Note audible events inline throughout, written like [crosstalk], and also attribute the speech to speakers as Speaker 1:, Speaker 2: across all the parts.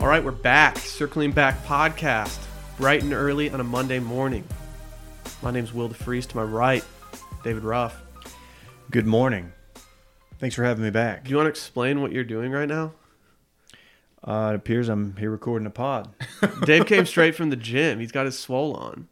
Speaker 1: All right, we're back. Circling Back podcast, bright and early on a Monday morning. My name's Will DeFries. To my right, David Ruff.
Speaker 2: Good morning. Thanks for having me back.
Speaker 1: Do you want to explain what you're doing right
Speaker 3: [laughs]
Speaker 1: now?
Speaker 2: Uh, it appears I'm here recording a pod.
Speaker 1: Dave came straight from the gym. He's got his swole on.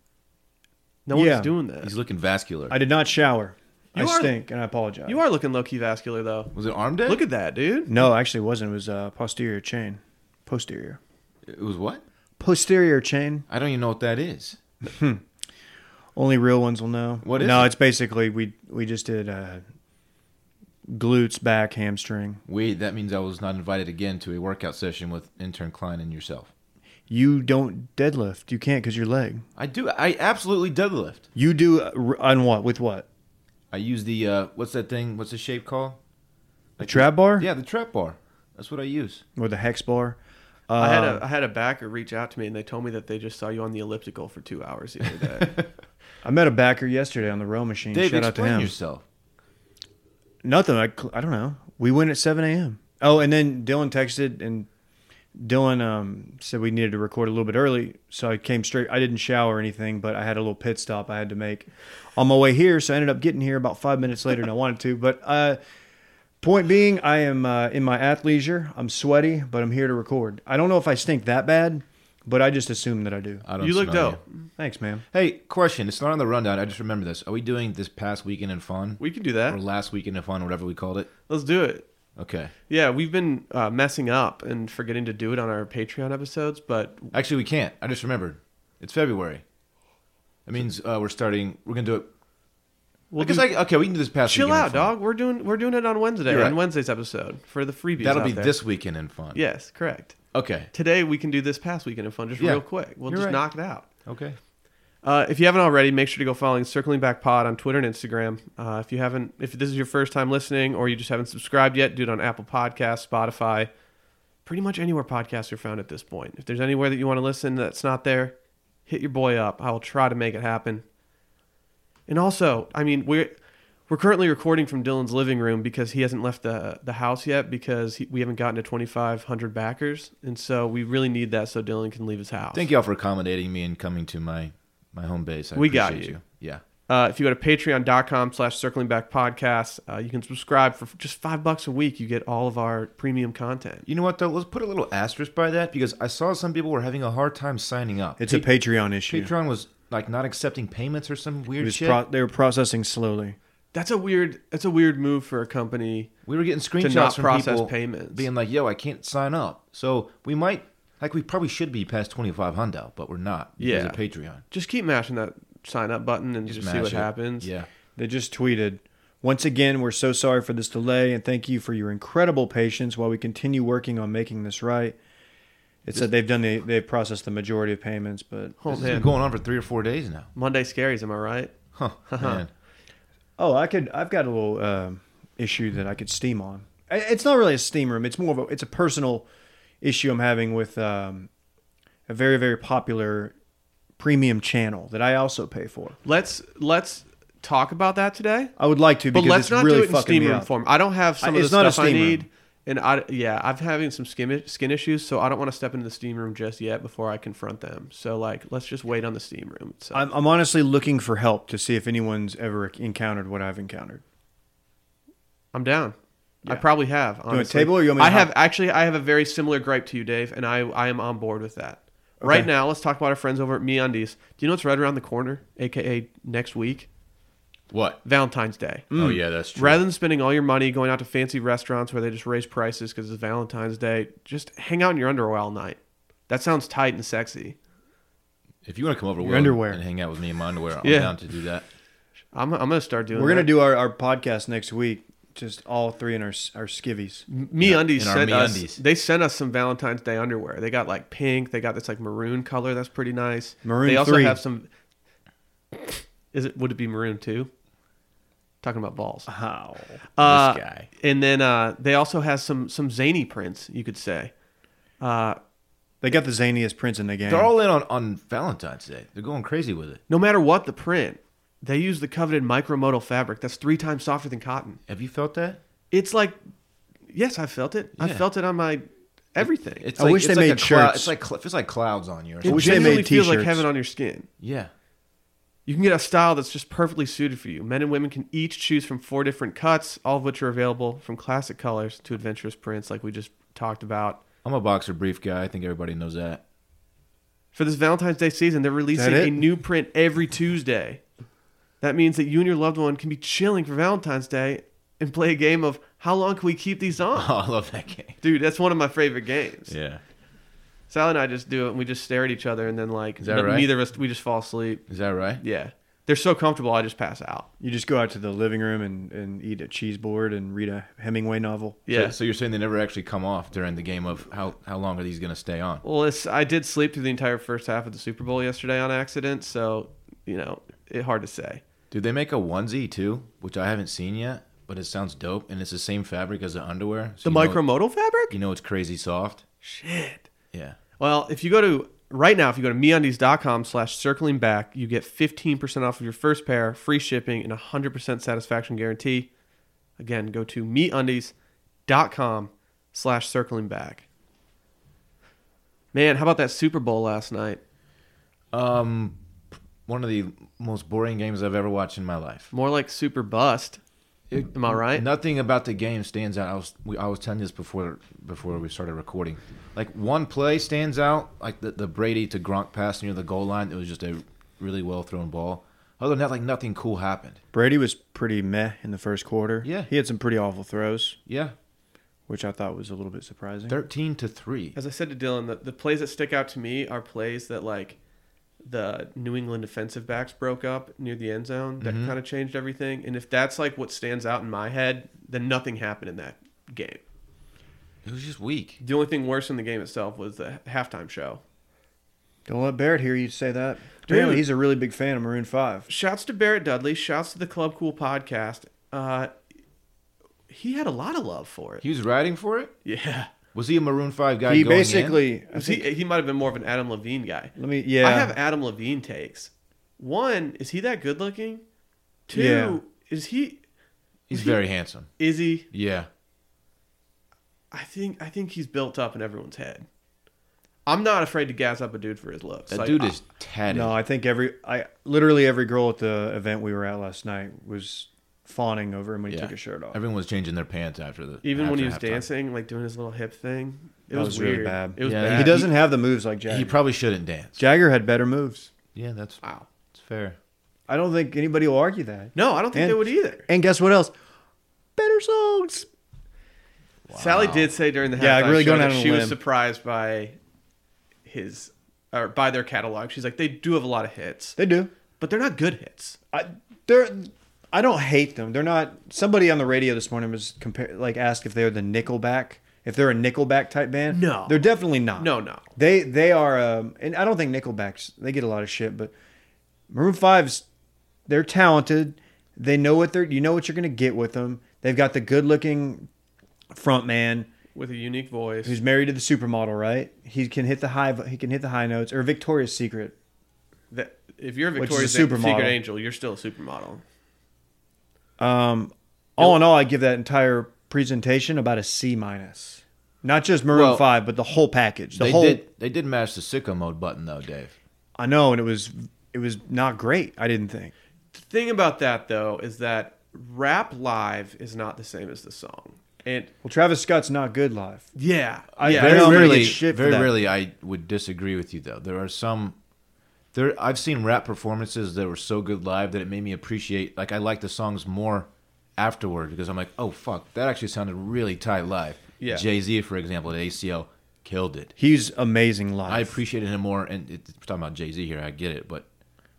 Speaker 1: No
Speaker 2: Yeah.
Speaker 1: one's doing that.
Speaker 3: He's looking vascular.
Speaker 2: I did not shower.
Speaker 1: You
Speaker 2: I
Speaker 1: are-
Speaker 2: stink, and I apologize.
Speaker 1: You are looking low key vascular though.
Speaker 3: was it arm day?
Speaker 1: Look at that, dude.
Speaker 2: No, actually, it wasn't. It was uh, posterior chain. Posterior.
Speaker 3: it was what?
Speaker 2: Posterior chain.
Speaker 3: I don't even know what that is.
Speaker 2: Only real ones will know.
Speaker 3: What is
Speaker 2: No,
Speaker 3: it?
Speaker 2: it's basically we we just did uh, glutes, back, hamstring.
Speaker 3: Wait, that means I was not invited again to a workout session with intern Klein and yourself.
Speaker 2: You don't deadlift. You can't because your leg.
Speaker 3: I do. I absolutely deadlift.
Speaker 2: You do uh, r- on what? With what?
Speaker 3: I use the uh, what's that thing? What's the shape called?
Speaker 2: The trap bar?
Speaker 3: Yeah, the trap bar. That's what I use.
Speaker 2: Or the hex bar? Uh,
Speaker 1: I had
Speaker 3: Um,
Speaker 1: a I had a backer reach out to me and they told me that they just saw you on the elliptical for two hours the
Speaker 3: [laughs]
Speaker 1: other day.
Speaker 2: I met a backer yesterday on the row machine.
Speaker 3: Dave,
Speaker 2: Shout out to
Speaker 3: explain
Speaker 2: him.
Speaker 3: yourself.
Speaker 2: Nothing. I, cl- I don't know. We went at 7 a.m. Oh, and then Dylan texted and Dylan um, said we needed to record a little bit early. So I came straight. I didn't shower or anything, but I had a little pit stop I had to make on my way here. So I ended up getting here about five minutes later than I wanted to. But uh, point being, I am uh, in my athleisure. I'm sweaty, but I'm here to record. I don't know if I stink that bad, but I just assume that I do.
Speaker 3: I don't.
Speaker 1: you looked
Speaker 3: smell
Speaker 1: dope.
Speaker 2: Thanks, man.
Speaker 3: Hey, question. It's not on the rundown. I just remember this. Are we doing this past weekend in fun
Speaker 1: We can do
Speaker 3: or
Speaker 1: that.
Speaker 3: last weekend in fun, whatever we called it?
Speaker 1: Let's do it.
Speaker 3: Okay.
Speaker 1: Yeah, we've been uh, messing up and forgetting to do it on our Patreon episodes, but
Speaker 3: Actually, we can't. I just remembered. It's February. That means uh, we're starting. We're gonna do it.
Speaker 1: we'll
Speaker 3: I guess
Speaker 1: do-
Speaker 3: I, okay, we can do this past.
Speaker 1: chill
Speaker 3: weekend in
Speaker 1: out,
Speaker 3: fun.
Speaker 1: dog. We're doing we're doing it on Wednesday
Speaker 3: You're
Speaker 1: on
Speaker 3: right.
Speaker 1: Wednesday's episode for the freebies.
Speaker 3: That'll
Speaker 1: out
Speaker 3: be
Speaker 1: there.
Speaker 3: this weekend in fun.
Speaker 1: Yes, correct.
Speaker 3: Okay.
Speaker 1: Today we can do this past weekend of fun just
Speaker 3: Yeah.
Speaker 1: real quick. We'll
Speaker 3: You're
Speaker 1: just
Speaker 3: right.
Speaker 1: knock it out.
Speaker 3: Okay.
Speaker 1: Uh, if you haven't already, make sure to go following Circling Back Pod on Twitter and Instagram. Uh, if you haven't, if this is your first time listening or you just haven't subscribed yet, do it on Apple Podcasts, Spotify, pretty much anywhere podcasts are found at this point. If there's anywhere that you want to listen that's not there, hit your boy up. I will try to make it happen. And also, I mean, we're we're currently recording from Dylan's living room because he hasn't left the the house yet because he, we haven't gotten to 2,500 backers, and so we really need that so Dylan can leave his house.
Speaker 3: Thank y'all for accommodating me and coming to my my home base. I
Speaker 1: We got
Speaker 3: appreciate
Speaker 1: you.
Speaker 3: Yeah.
Speaker 1: Uh, if you go to patreon.com slash circling back podcast, uh, you can subscribe for just five bucks a week. You get all of our premium content.
Speaker 3: You know what though? Let's put a little asterisk by that because I saw some people were having a hard time signing up.
Speaker 2: It's a
Speaker 3: Pa-
Speaker 2: Patreon issue.
Speaker 3: Patreon was like not accepting payments or some
Speaker 2: It
Speaker 3: weird
Speaker 2: was
Speaker 3: shit.
Speaker 2: pro- they were processing slowly.
Speaker 1: That's a weird, that's a weird move for a company.
Speaker 3: we were getting
Speaker 1: not
Speaker 3: screenshots from
Speaker 1: process
Speaker 3: people
Speaker 1: payments.
Speaker 3: being like, "Yo, I can't sign up." So we might like we probably should be past twenty five hundo, but we're not. because
Speaker 1: Yeah.
Speaker 3: of Patreon.
Speaker 1: Just keep mashing that sign up button and just, see
Speaker 3: Smash
Speaker 1: what
Speaker 3: it.
Speaker 1: happens.
Speaker 3: Yeah.
Speaker 2: They just tweeted, Once again, we're so sorry for this delay and thank you for your incredible patience while we continue working on making this right. It said they've done the, they've processed the majority of payments, but
Speaker 1: Oh,
Speaker 3: this has
Speaker 1: man.
Speaker 3: been going on for three or four days now.
Speaker 1: Monday scaries, am I right? [laughs]
Speaker 3: Huh. man.
Speaker 2: oh, I could I've got a little um issue that I could steam on. I- It's not really a steam room. It's more of a it's a personal issue I'm having with um, a very very popular premium channel that I also pay for.
Speaker 1: Let's, let's talk about that today.
Speaker 2: I would like to
Speaker 1: But
Speaker 2: because
Speaker 1: let's
Speaker 2: it's
Speaker 1: not
Speaker 2: really
Speaker 1: do it in
Speaker 2: fucking
Speaker 1: steam
Speaker 2: me
Speaker 1: room
Speaker 2: up.
Speaker 1: form. I don't have some
Speaker 2: I-
Speaker 1: of the
Speaker 2: it's not a
Speaker 1: stuff I
Speaker 2: steam room.
Speaker 1: need. And I, yeah, I've having some skin, skin issues, so I don't want to step into the steam room just yet before I confront them. So like, let's just wait on the steam room. itself.
Speaker 2: I'm, I'm honestly looking for help to see if anyone's ever encountered what I've encountered.
Speaker 1: I'm down. I
Speaker 2: Yeah.
Speaker 1: probably have.
Speaker 2: want a
Speaker 1: honestly.
Speaker 2: table or you want me
Speaker 1: I
Speaker 2: to
Speaker 1: have
Speaker 2: hop-
Speaker 1: actually. I have a very similar gripe to you, Dave, and I I am on board with that. Right
Speaker 2: Okay.
Speaker 1: now, let's talk about our friends over at MeUndies. Do you know what's right around the corner, aka next week,
Speaker 3: What?
Speaker 1: Valentine's Day?
Speaker 2: Mm.
Speaker 3: Oh yeah, that's true.
Speaker 1: Mm. Rather than spending all your money going out to fancy restaurants where they just raise prices because it's Valentine's Day, just hang out in your underwear all night. That sounds tight and sexy.
Speaker 3: If you want to come over,
Speaker 2: Your
Speaker 3: Will,
Speaker 2: underwear.
Speaker 3: and hang out with me in my underwear, I'm
Speaker 1: Yeah.
Speaker 3: down to do that.
Speaker 1: I'm, I'm gonna start doing.
Speaker 2: We're gonna
Speaker 1: that.
Speaker 2: do our, our podcast next week, just all three in our s- our skivvies.
Speaker 1: Me Undies
Speaker 3: in our
Speaker 1: sent us.
Speaker 3: MeUndies.
Speaker 1: They sent us some Valentine's Day underwear. They got like pink. They got this like maroon color. That's pretty nice.
Speaker 2: Maroon
Speaker 1: They also
Speaker 2: three.
Speaker 1: have some. Is it? Would it be maroon two? Talking about balls.
Speaker 2: How?
Speaker 1: Uh,
Speaker 3: Ah, guy.
Speaker 1: And then uh, they also have some some zany prints. You could say. Uh,
Speaker 2: They got the zaniest prints in the game.
Speaker 3: They're all in on, on Valentine's Day. They're going crazy with it.
Speaker 1: no matter what the print, they use the coveted micromodal fabric that's three times softer than cotton.
Speaker 3: Have you felt that?
Speaker 1: It's like, yes, I felt it. I
Speaker 3: Yeah.
Speaker 1: felt it on my everything.
Speaker 3: It's
Speaker 2: I
Speaker 3: like,
Speaker 2: wish
Speaker 3: it's
Speaker 2: they
Speaker 3: like
Speaker 2: made
Speaker 3: a cloud-
Speaker 2: shirts.
Speaker 3: it's like cl- it's like clouds on you. Or
Speaker 1: it
Speaker 3: something.
Speaker 2: wish they made
Speaker 1: genuinely feels like
Speaker 2: t-shirts.
Speaker 1: heaven on your skin.
Speaker 3: Yeah.
Speaker 1: You can get a style that's just perfectly suited for you. Men and women can each choose from four different cuts, all of which are available from classic colors to adventurous prints, like we just talked about.
Speaker 3: I'm a boxer brief guy. I think everybody knows that. [laughs]
Speaker 1: For this Valentine's Day season, they're releasing
Speaker 2: it?
Speaker 1: a new print every Tuesday. That means that you and your loved one can be chilling for Valentine's Day and play a game of how long can we keep these
Speaker 3: [laughs]
Speaker 1: on?
Speaker 3: Oh, I love that game.
Speaker 1: Dude, that's one of my favorite games.
Speaker 3: Yeah.
Speaker 1: Sally and I just do it and we just stare at each other and then like
Speaker 3: Is that
Speaker 1: n-
Speaker 3: right?
Speaker 1: neither of us we just fall asleep.
Speaker 3: Is that right?
Speaker 1: Yeah. They're so comfortable I just pass out.
Speaker 2: You just go out to the living room and, and eat a cheese board and read a Hemingway novel.
Speaker 1: Yeah.
Speaker 3: So, so you're saying they never actually come off during the game of how how long are these going to stay on?
Speaker 1: Well, it's, I did sleep through the entire first half of the Super Bowl yesterday on accident, so you know, it hard to say.
Speaker 3: Did they make a onesie too, which I haven't seen yet, but it sounds dope, and it's the same fabric as the underwear. So
Speaker 1: The
Speaker 3: you know-
Speaker 1: micromodal fabric?
Speaker 3: You know it's crazy soft.
Speaker 1: Shit.
Speaker 3: Yeah.
Speaker 1: Well, if you go to right now, if you go to meundies.com slash circling back, you get 15% off of your first pair, free shipping, and 100% satisfaction guarantee. Again, go to meundies.com slash circling back. Man, how about that Super Bowl last night?
Speaker 3: Um, one of the most boring games I've ever watched in my life.
Speaker 1: More like Super Bust. Am I right?
Speaker 3: Nothing about the game stands out. I was we, I was telling you this before before we started recording. Like one play stands out, like the, the Brady to Gronk pass near the goal line. It was just a really well thrown ball. Other than that, like nothing cool happened.
Speaker 2: Brady was pretty meh in the first quarter.
Speaker 3: Yeah.
Speaker 2: He had some pretty awful throws,
Speaker 3: Yeah,
Speaker 2: which I thought was a little bit surprising.
Speaker 3: thirteen to three.
Speaker 1: As I said to Dylan, the, the plays that stick out to me are plays that like the New England defensive backs broke up near the end zone. That kind of changed everything. And if that's like what stands out in my head, then nothing happened in that game.
Speaker 3: It was just weak.
Speaker 1: The only thing worse in the game itself was the halftime show.
Speaker 2: Don't let Barrett hear you say that.
Speaker 1: Dude.
Speaker 2: Apparently, he's a really big fan of Maroon 5.
Speaker 1: Shouts to Barrett Dudley. Shouts to the Club Cool podcast. Uh, he had a lot of love for it.
Speaker 3: He was riding for it.
Speaker 1: Yeah,
Speaker 3: Was he a Maroon Five guy?
Speaker 2: he
Speaker 3: going in?
Speaker 2: basically. I
Speaker 1: Was he, he might have been more of an Adam Levine guy.
Speaker 2: Let me- yeah.
Speaker 1: I have Adam Levine takes. One, is he that good looking? Two,
Speaker 2: Yeah.
Speaker 1: is he
Speaker 3: he's very handsome.
Speaker 1: is he?
Speaker 3: Yeah,
Speaker 1: I think I think he's built up in everyone's head. I'm not afraid to gas up a dude for his looks.
Speaker 3: that
Speaker 1: Like, uh,
Speaker 3: dude
Speaker 1: I-
Speaker 3: is tatted.
Speaker 2: No, I think every I literally every girl at the event we were at last night was fawning over him when he
Speaker 3: Yeah.
Speaker 2: took his shirt off.
Speaker 3: Everyone was changing their pants after the
Speaker 1: even when
Speaker 3: after
Speaker 1: he was
Speaker 3: halftime.
Speaker 1: dancing, like doing his little hip thing. It
Speaker 2: That
Speaker 1: was,
Speaker 2: was
Speaker 1: weird.
Speaker 2: really bad.
Speaker 1: It was
Speaker 3: Yeah,
Speaker 1: bad.
Speaker 2: he doesn't have the moves like Jagger.
Speaker 3: He probably shouldn't dance.
Speaker 2: Jagger had better moves.
Speaker 3: Yeah, that's
Speaker 1: Wow.
Speaker 3: that's fair.
Speaker 2: I don't think anybody will argue that.
Speaker 1: No, I don't think
Speaker 2: And-
Speaker 1: they would either.
Speaker 2: And guess what else? Better songs.
Speaker 1: Sally did say during the halftime
Speaker 2: Yeah, really
Speaker 1: show
Speaker 2: going
Speaker 1: that
Speaker 2: out on a
Speaker 1: she was
Speaker 2: limb.
Speaker 1: surprised by his or by their catalog. She's like, they do have a lot of hits,
Speaker 2: They do.
Speaker 1: but they're not good hits.
Speaker 2: I they're I don't hate them. They're not somebody on the radio this morning was compare like asked if they're the Nickelback, if they're a Nickelback type band.
Speaker 1: No.
Speaker 2: They're definitely not.
Speaker 1: No, no.
Speaker 2: They they are um, and I don't think Nickelbacks they get a lot of shit, but Maroon 5's they're talented. They know what they're you know what you're going to get with them. They've got the good-looking front man
Speaker 1: with a unique voice.
Speaker 2: who's married to the supermodel, right? He can hit the high he can hit the high notes or Victoria's Secret.
Speaker 1: that if you're a
Speaker 2: Which is
Speaker 1: Victoria's
Speaker 2: a
Speaker 1: Secret
Speaker 2: supermodel.
Speaker 1: angel, you're still a supermodel.
Speaker 2: Um, all in all, I give that entire presentation about a C minus. Not just Maroon
Speaker 3: Well,
Speaker 2: Five, but the whole package. The
Speaker 3: they
Speaker 2: whole
Speaker 3: did they did mash the sicko mode button though, Dave.
Speaker 2: I know, and it was it was not great. I didn't think.
Speaker 1: The thing about that though is that rap live is not the same as the song. And
Speaker 2: Well, Travis Scott's not good live.
Speaker 1: yeah,
Speaker 2: I-
Speaker 1: yeah,
Speaker 2: Very
Speaker 1: it's-
Speaker 2: don't really
Speaker 3: rarely,
Speaker 2: shit for
Speaker 3: very
Speaker 2: that.
Speaker 3: rarely, I would disagree with you though. There are some. There, I've seen rap performances that were so good live that it made me appreciate. Like I like the songs more afterward because I'm like, oh fuck, that actually sounded really tight live.
Speaker 1: Yeah.
Speaker 3: Jay Z, for example, at ACL, killed it.
Speaker 2: He's amazing live.
Speaker 3: I appreciated him more, and it, we're talking about Jay Z here. I get it, but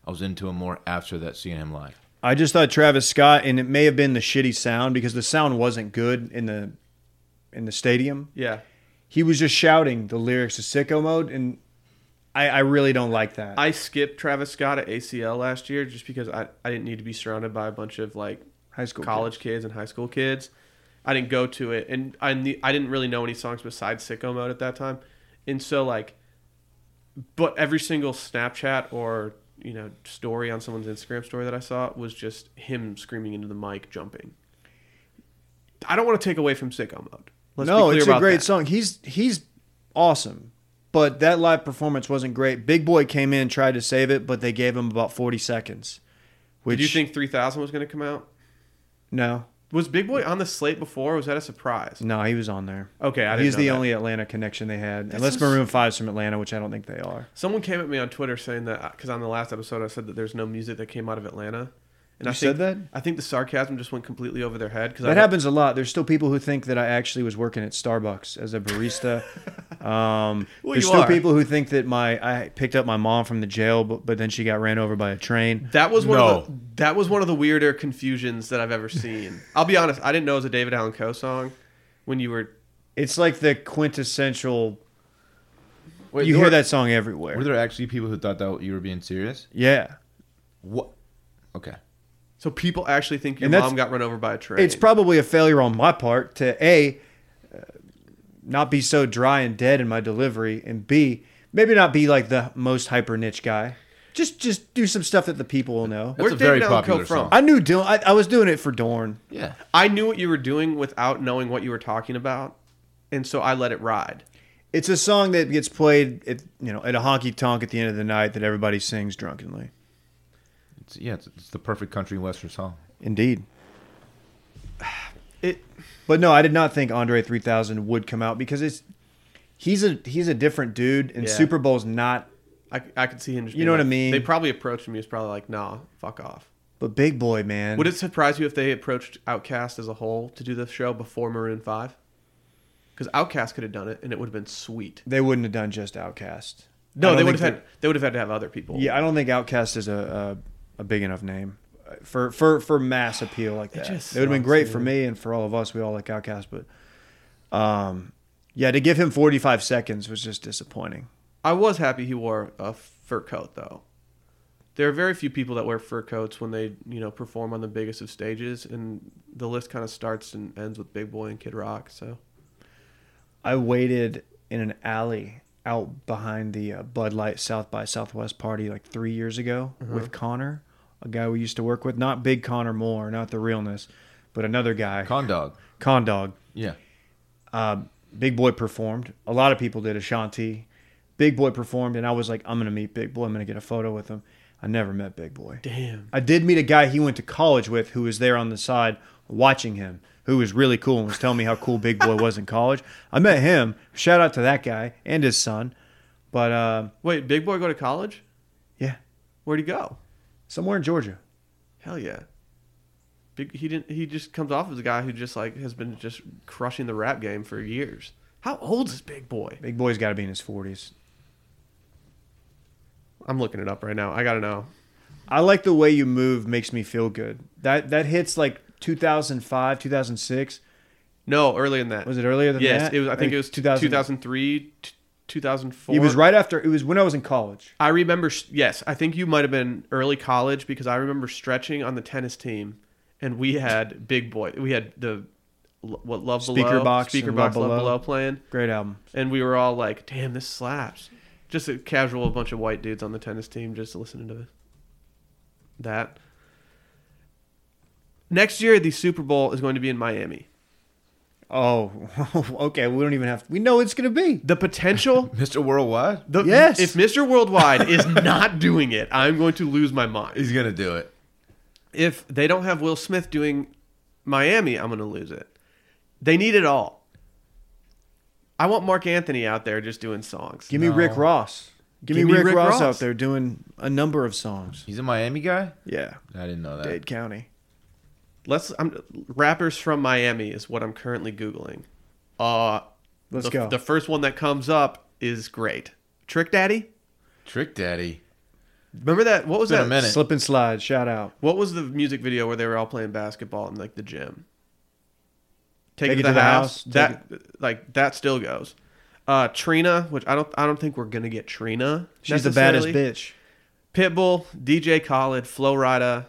Speaker 3: I was into him more after that seeing him live.
Speaker 2: I just thought Travis Scott, and it may have been the shitty sound because the sound wasn't good in the in the stadium.
Speaker 1: yeah.
Speaker 2: He was just shouting the lyrics to "Sicko Mode," and I, I really don't like that.
Speaker 1: I skipped Travis Scott at ACL last year just because I, I didn't need to be surrounded by a bunch of like
Speaker 2: High school
Speaker 1: college kids. and high school kids. I didn't go to it, and I knew, I didn't really know any songs besides Sicko Mode at that time, and so like, but every single Snapchat or you know story on someone's Instagram story that I saw was just him screaming into the mic, jumping. I don't want to take away from Sicko Mode. Let's be
Speaker 2: no,
Speaker 1: clear
Speaker 2: it's a
Speaker 1: about
Speaker 2: great
Speaker 1: that.
Speaker 2: song. He's he's awesome. But that live performance wasn't great. Big Boy came in, tried to save it, but they gave him about 40 seconds. Which
Speaker 1: Did you think 3000 was going to come out?
Speaker 2: No,
Speaker 1: Was Big Boy on the slate before? Or was that a surprise?
Speaker 2: no, he was on there.
Speaker 1: Okay, I didn't
Speaker 2: He's
Speaker 1: know
Speaker 2: the
Speaker 1: that.
Speaker 2: only Atlanta connection they had,
Speaker 3: That's
Speaker 2: unless
Speaker 3: so s-
Speaker 2: Maroon Five's from Atlanta, which I don't think they are.
Speaker 1: Someone came at me on Twitter saying that because on the last episode I said that there's no music that came out of Atlanta, and
Speaker 2: You
Speaker 1: I think,
Speaker 2: said that?
Speaker 1: I think the sarcasm just went completely over their head because
Speaker 2: That happens a lot. There's still people who think that I actually was working at Starbucks as
Speaker 1: [laughs]
Speaker 2: a barista. um,
Speaker 1: Well,
Speaker 2: there's
Speaker 1: you
Speaker 2: still
Speaker 1: are.
Speaker 2: people who think that my I picked up my mom from the jail, but, but then she got ran over by a train.
Speaker 1: That was one of the,
Speaker 3: No.
Speaker 1: that was one of the weirder confusions that I've ever seen. I'll be honest, I didn't know it was a David Allen Coe song when you were.
Speaker 2: It's like the quintessential.
Speaker 3: Wait,
Speaker 2: you
Speaker 3: there
Speaker 2: hear
Speaker 3: were-
Speaker 2: that song everywhere.
Speaker 3: Were there actually people who thought that you were being serious?
Speaker 2: yeah,
Speaker 3: What? Okay.
Speaker 1: So people actually think your
Speaker 2: And that's-
Speaker 1: mom got run over by a train.
Speaker 2: it's probably a failure on my part to a uh, not be so dry and dead in my delivery, and b maybe not be like the most hyper niche guy. Just just do some stuff that the people will know.
Speaker 3: That's
Speaker 1: Where'd
Speaker 3: a very
Speaker 1: David Allen
Speaker 3: popular
Speaker 1: Coe from?
Speaker 3: song.
Speaker 2: I knew Dylan. I, I was doing it for Dorn.
Speaker 3: Yeah.
Speaker 1: I knew what you were doing without knowing what you were talking about, and so I let it ride.
Speaker 2: It's a song that gets played at you know at a honky tonk at the end of the night that everybody sings drunkenly.
Speaker 3: It's, yeah, it's, it's the perfect country western song.
Speaker 2: Indeed.
Speaker 1: It
Speaker 2: But no, I did not think Andre 3000 would come out because it's he's a he's a different dude and
Speaker 1: Yeah.
Speaker 2: Super Bowl's not
Speaker 1: I, I could see him. Just
Speaker 2: You
Speaker 1: being
Speaker 2: know what
Speaker 1: like-
Speaker 2: I mean?
Speaker 1: They probably approached him. He was probably like, "Nah, fuck off."
Speaker 2: but Big Boy, man.
Speaker 1: Would it surprise you if they approached Outcast as a whole to do the show before Maroon Five? Because Outcast could have done it, and it would have been sweet.
Speaker 2: they wouldn't have done just Outcast.
Speaker 1: No, they would have had. They would have had to have other people.
Speaker 2: Yeah, I don't think Outcast is a, a a big enough name for for for mass appeal like that. It,
Speaker 1: just
Speaker 2: would have been
Speaker 1: sucks,
Speaker 2: great for
Speaker 1: dude.
Speaker 2: me and for all of us. We all like Outcast, but um, yeah, to give him 45 seconds was just disappointing.
Speaker 1: I was happy he wore a fur coat though. There are very few people that wear fur coats when they, you know, perform on the biggest of stages, and the list kind of starts and ends with Big Boy and Kid Rock. So
Speaker 2: I waited in an alley out behind the uh, Bud Light South by Southwest party like three years ago with Connor, a guy we used to work with. Not Big Connor Moore, not the realness, but another guy, Con,
Speaker 3: Condog.
Speaker 2: Dog.
Speaker 3: Yeah.
Speaker 2: Uh, Big Boy performed. A lot of people did. Ashanti. Big Boy performed, and I was like, I'm gonna meet Big Boy. I'm gonna get a photo with him. I never met Big Boy.
Speaker 1: damn,
Speaker 2: I did meet a guy he went to college with who was there on the side watching him, who was really cool and was telling me how cool Big Boy was in college. I met him. Shout out to that guy and his son. But uh,
Speaker 1: wait, Big Boy go to college?
Speaker 2: yeah,
Speaker 1: Where'd he go?
Speaker 2: somewhere in Georgia.
Speaker 1: Hell yeah. Big, he didn't. He just comes off as a guy who just like has been just crushing the rap game for years. How old is Big Boy?
Speaker 2: Big Boy's got to be in his 40s.
Speaker 1: I'm looking it up right now. I gotta know.
Speaker 2: I like the way you move makes me feel good. That that hits like 2005, 2006.
Speaker 1: No, earlier than that.
Speaker 2: Was it earlier than
Speaker 1: yes,
Speaker 2: that?
Speaker 1: it was. I think it was
Speaker 2: 2000
Speaker 1: 2003, t- 2004.
Speaker 2: It was right after. It was when I was in college.
Speaker 1: I remember. Yes, I think you might have been early college because I remember stretching on the tennis team, and we had Big Boy. We had the l- what Love
Speaker 2: Speaker
Speaker 1: Below,
Speaker 2: Box
Speaker 1: Speaker
Speaker 2: and
Speaker 1: Box,
Speaker 2: Love
Speaker 1: Love
Speaker 2: Below.
Speaker 1: Below playing,
Speaker 2: Great album.
Speaker 1: and we were all like, "Damn, this slaps!" Just a casual bunch of white dudes on the tennis team just listening to that. Next year, the Super Bowl is going to be in Miami.
Speaker 2: Oh, [laughs] okay. We don't even have. We know it's gonna be.
Speaker 1: The potential
Speaker 3: Mr. Worldwide?
Speaker 1: The,
Speaker 2: [laughs] Yes.
Speaker 1: If Mr. Worldwide is not doing it, I'm going to lose my mind.
Speaker 3: He's going to do it.
Speaker 1: If they don't have Will Smith doing Miami, I'm going to lose it. They need it all. I want Mark Anthony out there just doing songs.
Speaker 2: Give me
Speaker 3: No.
Speaker 2: Rick Ross. Give, me, Rick, Ross, out there doing a number of songs.
Speaker 3: He's a Miami guy?
Speaker 2: Yeah,
Speaker 3: I didn't know that.
Speaker 2: Dade County.
Speaker 1: Let's I'm, rappers from Miami is what I'm currently googling. Uh
Speaker 2: Let's
Speaker 1: the,
Speaker 2: go.
Speaker 1: The first one that comes up is great. Trick Daddy?
Speaker 3: Trick Daddy.
Speaker 1: Remember that what was
Speaker 3: Been a
Speaker 1: that
Speaker 3: minute.
Speaker 2: Slip and slide. Shout out.
Speaker 1: What was the music video where they were all playing basketball in like the gym? Take, it to the, house.
Speaker 2: house, take
Speaker 1: That like that still goes. Uh, Trina, which I don't I don't think we're gonna get Trina.
Speaker 2: She's the baddest
Speaker 1: necessarily.
Speaker 2: bitch.
Speaker 1: Pitbull, DJ Khaled, Flo Rida.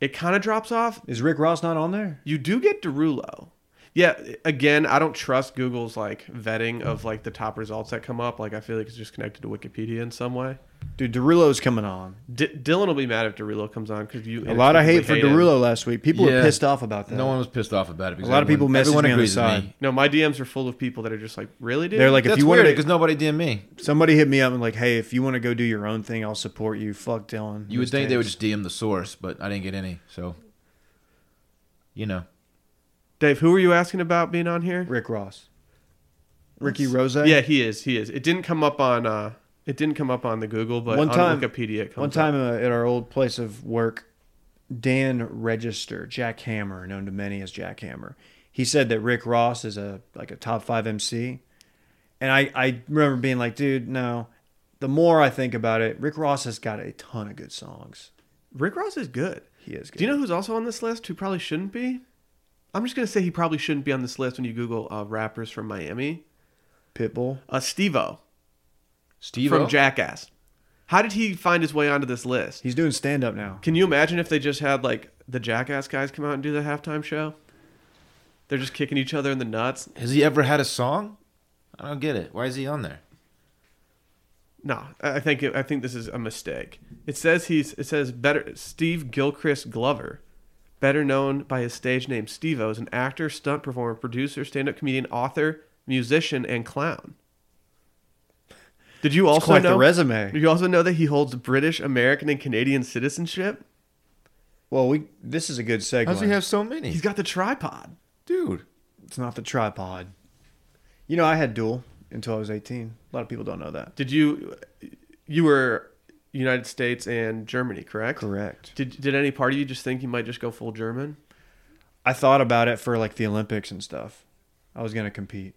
Speaker 1: It kind of drops off.
Speaker 2: Is Rick Ross not on there?
Speaker 1: You do get Derulo. Yeah, again, I don't trust Google's like vetting of like the top results that come up. Like I feel like it's just connected to Wikipedia in some way.
Speaker 2: Dude, Derulo's coming on.
Speaker 1: D- Dylan will be mad if Derulo comes on because you
Speaker 2: A lot of hate for
Speaker 1: inexplicably him.
Speaker 2: Derulo last week. People were
Speaker 3: Yeah.
Speaker 2: pissed off about that.
Speaker 3: No one was pissed off about it. Because
Speaker 2: A lot of people
Speaker 3: everyone-
Speaker 2: messaged
Speaker 3: everyone
Speaker 2: me on the
Speaker 3: agrees with
Speaker 2: side.
Speaker 3: me.
Speaker 1: No, my DMs are full of people that are just like, really, dude.
Speaker 2: They're like, if
Speaker 3: That's
Speaker 2: you
Speaker 3: weird
Speaker 2: wanted,
Speaker 3: because
Speaker 2: to,
Speaker 3: nobody DM me.
Speaker 2: somebody hit me up and like, hey, if you want to go do your own thing, I'll support you. Fuck Dylan.
Speaker 3: You would
Speaker 2: His
Speaker 3: think they would
Speaker 2: tapes.
Speaker 3: just DM the source, but I didn't get any. So, you know,
Speaker 1: Dave, who are you asking about being on here?
Speaker 2: Rick Ross, Ricky Rose.
Speaker 1: Yeah, he is. He is. It didn't come up on. uh It didn't come up on the Google, but
Speaker 2: One
Speaker 1: on
Speaker 2: time-
Speaker 1: Wikipedia it comes
Speaker 2: One
Speaker 1: up.
Speaker 2: time uh, at our old place of work, Dan Register, Jack Hammer, known to many as Jack Hammer, he said that Rick Ross is a like a top five MC, and I I remember being like, dude, no. The more I think about it, Rick Ross has got a ton of good songs.
Speaker 1: Rick Ross is good.
Speaker 2: He is good.
Speaker 1: Do you know who's also on this list who probably shouldn't be? I'm just gonna say he probably shouldn't be on this list when you Google uh, rappers from Miami.
Speaker 2: Pitbull?
Speaker 1: Uh, Steve-O
Speaker 3: Steve
Speaker 1: from Jackass. How did he find his way onto this list?
Speaker 2: He's doing stand up now.
Speaker 1: Can you imagine if they just had like the Jackass guys come out and do the halftime show? They're just kicking each other in the nuts.
Speaker 3: has he ever had a song? I don't get it. Why is he on there?
Speaker 1: No, I I think I think this is a mistake. It says he's it says better Steve Gilchrist Glover, better known by his stage name Steve-O, is an actor, stunt performer, producer, stand-up comedian, author, musician, and clown. Did you also
Speaker 2: quite the
Speaker 1: know
Speaker 2: resume.
Speaker 1: Did you also know that he holds British, American, and Canadian citizenship?
Speaker 2: Well, we this is a good segue.
Speaker 3: How does he have so many?
Speaker 1: He's got the tripod.
Speaker 3: Dude, [laughs]
Speaker 2: It's not the tripod. You know, I had dual until I was 18. A lot of people don't know that.
Speaker 1: Did you you were United States and Germany, correct?
Speaker 2: Correct.
Speaker 1: Did did any part of you just think you might just go full German?
Speaker 2: I thought about it for like the Olympics and stuff. I was gonna compete.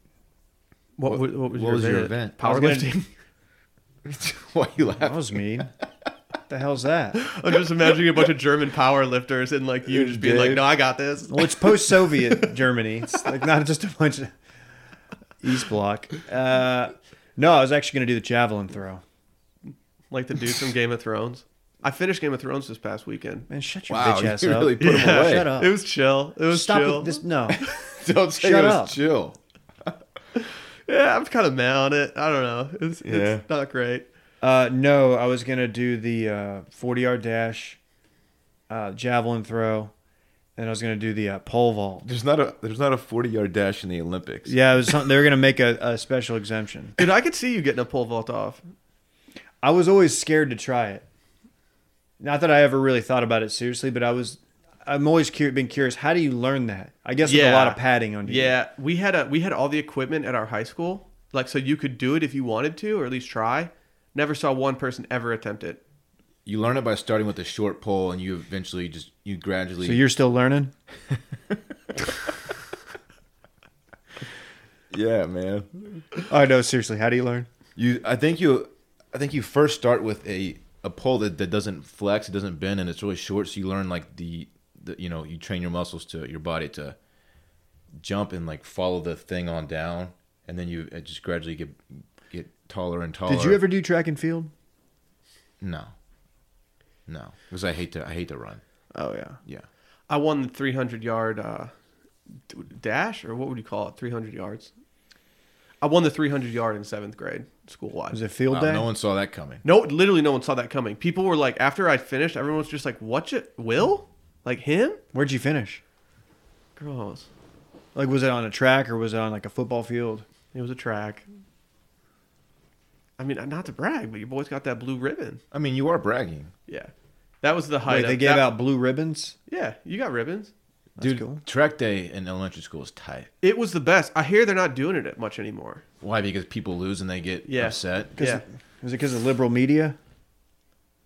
Speaker 1: What,
Speaker 3: What-
Speaker 1: what, what was,
Speaker 3: what
Speaker 1: your,
Speaker 3: was your
Speaker 1: event?
Speaker 3: event? I was gonna-
Speaker 1: Powerlifting.
Speaker 3: why you
Speaker 2: That
Speaker 3: laughing?
Speaker 2: was mean.
Speaker 3: [laughs]
Speaker 2: what the hell's that?
Speaker 1: [laughs] I'm just imagining a bunch of German power lifters and like you just being like,
Speaker 2: Dude.
Speaker 1: "No, I got this."
Speaker 2: Well, it's post-Soviet Germany. It's like not just a bunch of East Bloc. Uh, no, I was actually gonna do the javelin throw.
Speaker 1: Like the dudes from Game of Thrones. I finished Game of Thrones this past weekend.
Speaker 2: Man, shut your
Speaker 3: Wow,
Speaker 2: bitch ass
Speaker 3: you
Speaker 2: up.
Speaker 3: really put 'em Yeah. away.
Speaker 2: Shut up.
Speaker 1: It was chill. It was
Speaker 2: Stop
Speaker 1: chill.
Speaker 2: with this. No,
Speaker 3: Don't say
Speaker 2: Shut
Speaker 3: it was
Speaker 2: up.
Speaker 3: chill.
Speaker 1: Yeah, I'm kind of mad on it. I don't know. It's,
Speaker 3: Yeah.
Speaker 1: it's not great.
Speaker 2: uh, no. I was gonna do the uh, forty-yard dash, uh, javelin throw, and I was gonna do the uh, pole vault.
Speaker 3: There's not a there's not a 40 yard dash in the Olympics.
Speaker 2: Yeah, it was something, they were gonna make a, a special exemption.
Speaker 1: Dude, I could see you getting a pole vault off.
Speaker 2: I was always scared to try it. Not that I ever really thought about it seriously, but I was. I'm always cur- been curious. How do you learn that? I guess with a lot of padding on you.
Speaker 1: Yeah, we had a we had all the equipment at our high school, like so you could do it if you wanted to, or at least try. Never saw one person ever attempt it.
Speaker 3: You learn it by starting with a short pole, and you eventually just you gradually.
Speaker 2: So you're still
Speaker 3: [laughs]
Speaker 2: learning.
Speaker 3: yeah, man.
Speaker 2: Oh no, seriously. How do you learn?
Speaker 3: You, I think you, I think you first start with a a pole that, that doesn't flex, it doesn't bend, and it's really short. So you learn like the, the you know you train your muscles to your body to jump and like follow the thing on down, and then you uh, just gradually get get taller and taller.
Speaker 2: Did you ever do track and field?
Speaker 3: No, no, because I hate to I hate to run.
Speaker 2: Oh yeah.
Speaker 3: Yeah,
Speaker 1: I won the 300 yard uh, d- dash, or what would you call it? 300 yards. I won the 300 yard in seventh grade, school
Speaker 2: Was
Speaker 1: wise.
Speaker 2: it field
Speaker 3: Wow,
Speaker 2: day?
Speaker 3: Uh, no one saw that coming.
Speaker 1: No, literally, no one saw that coming. People were like, after I finished, everyone was just like, "Watch it, Will? Like him?
Speaker 2: Where'd you finish?
Speaker 1: Gross."
Speaker 2: Like, was it on a track or was it on like a football field?
Speaker 1: It was a track. I mean, not to brag, but your boys got that blue ribbon.
Speaker 3: I mean, you are bragging.
Speaker 1: Yeah, that was the height.
Speaker 2: Wait,
Speaker 1: of-
Speaker 2: they gave
Speaker 1: that-
Speaker 2: out blue ribbons.
Speaker 1: Yeah, you got ribbons.
Speaker 2: That's
Speaker 3: Dude,
Speaker 2: cool.
Speaker 3: track day in elementary school is tight.
Speaker 1: It was the best. I hear they're not doing it much anymore.
Speaker 3: Why? Because people lose and they get
Speaker 1: Yeah.
Speaker 3: upset.
Speaker 2: 'Cause-
Speaker 1: Yeah.
Speaker 2: Was it because of liberal media?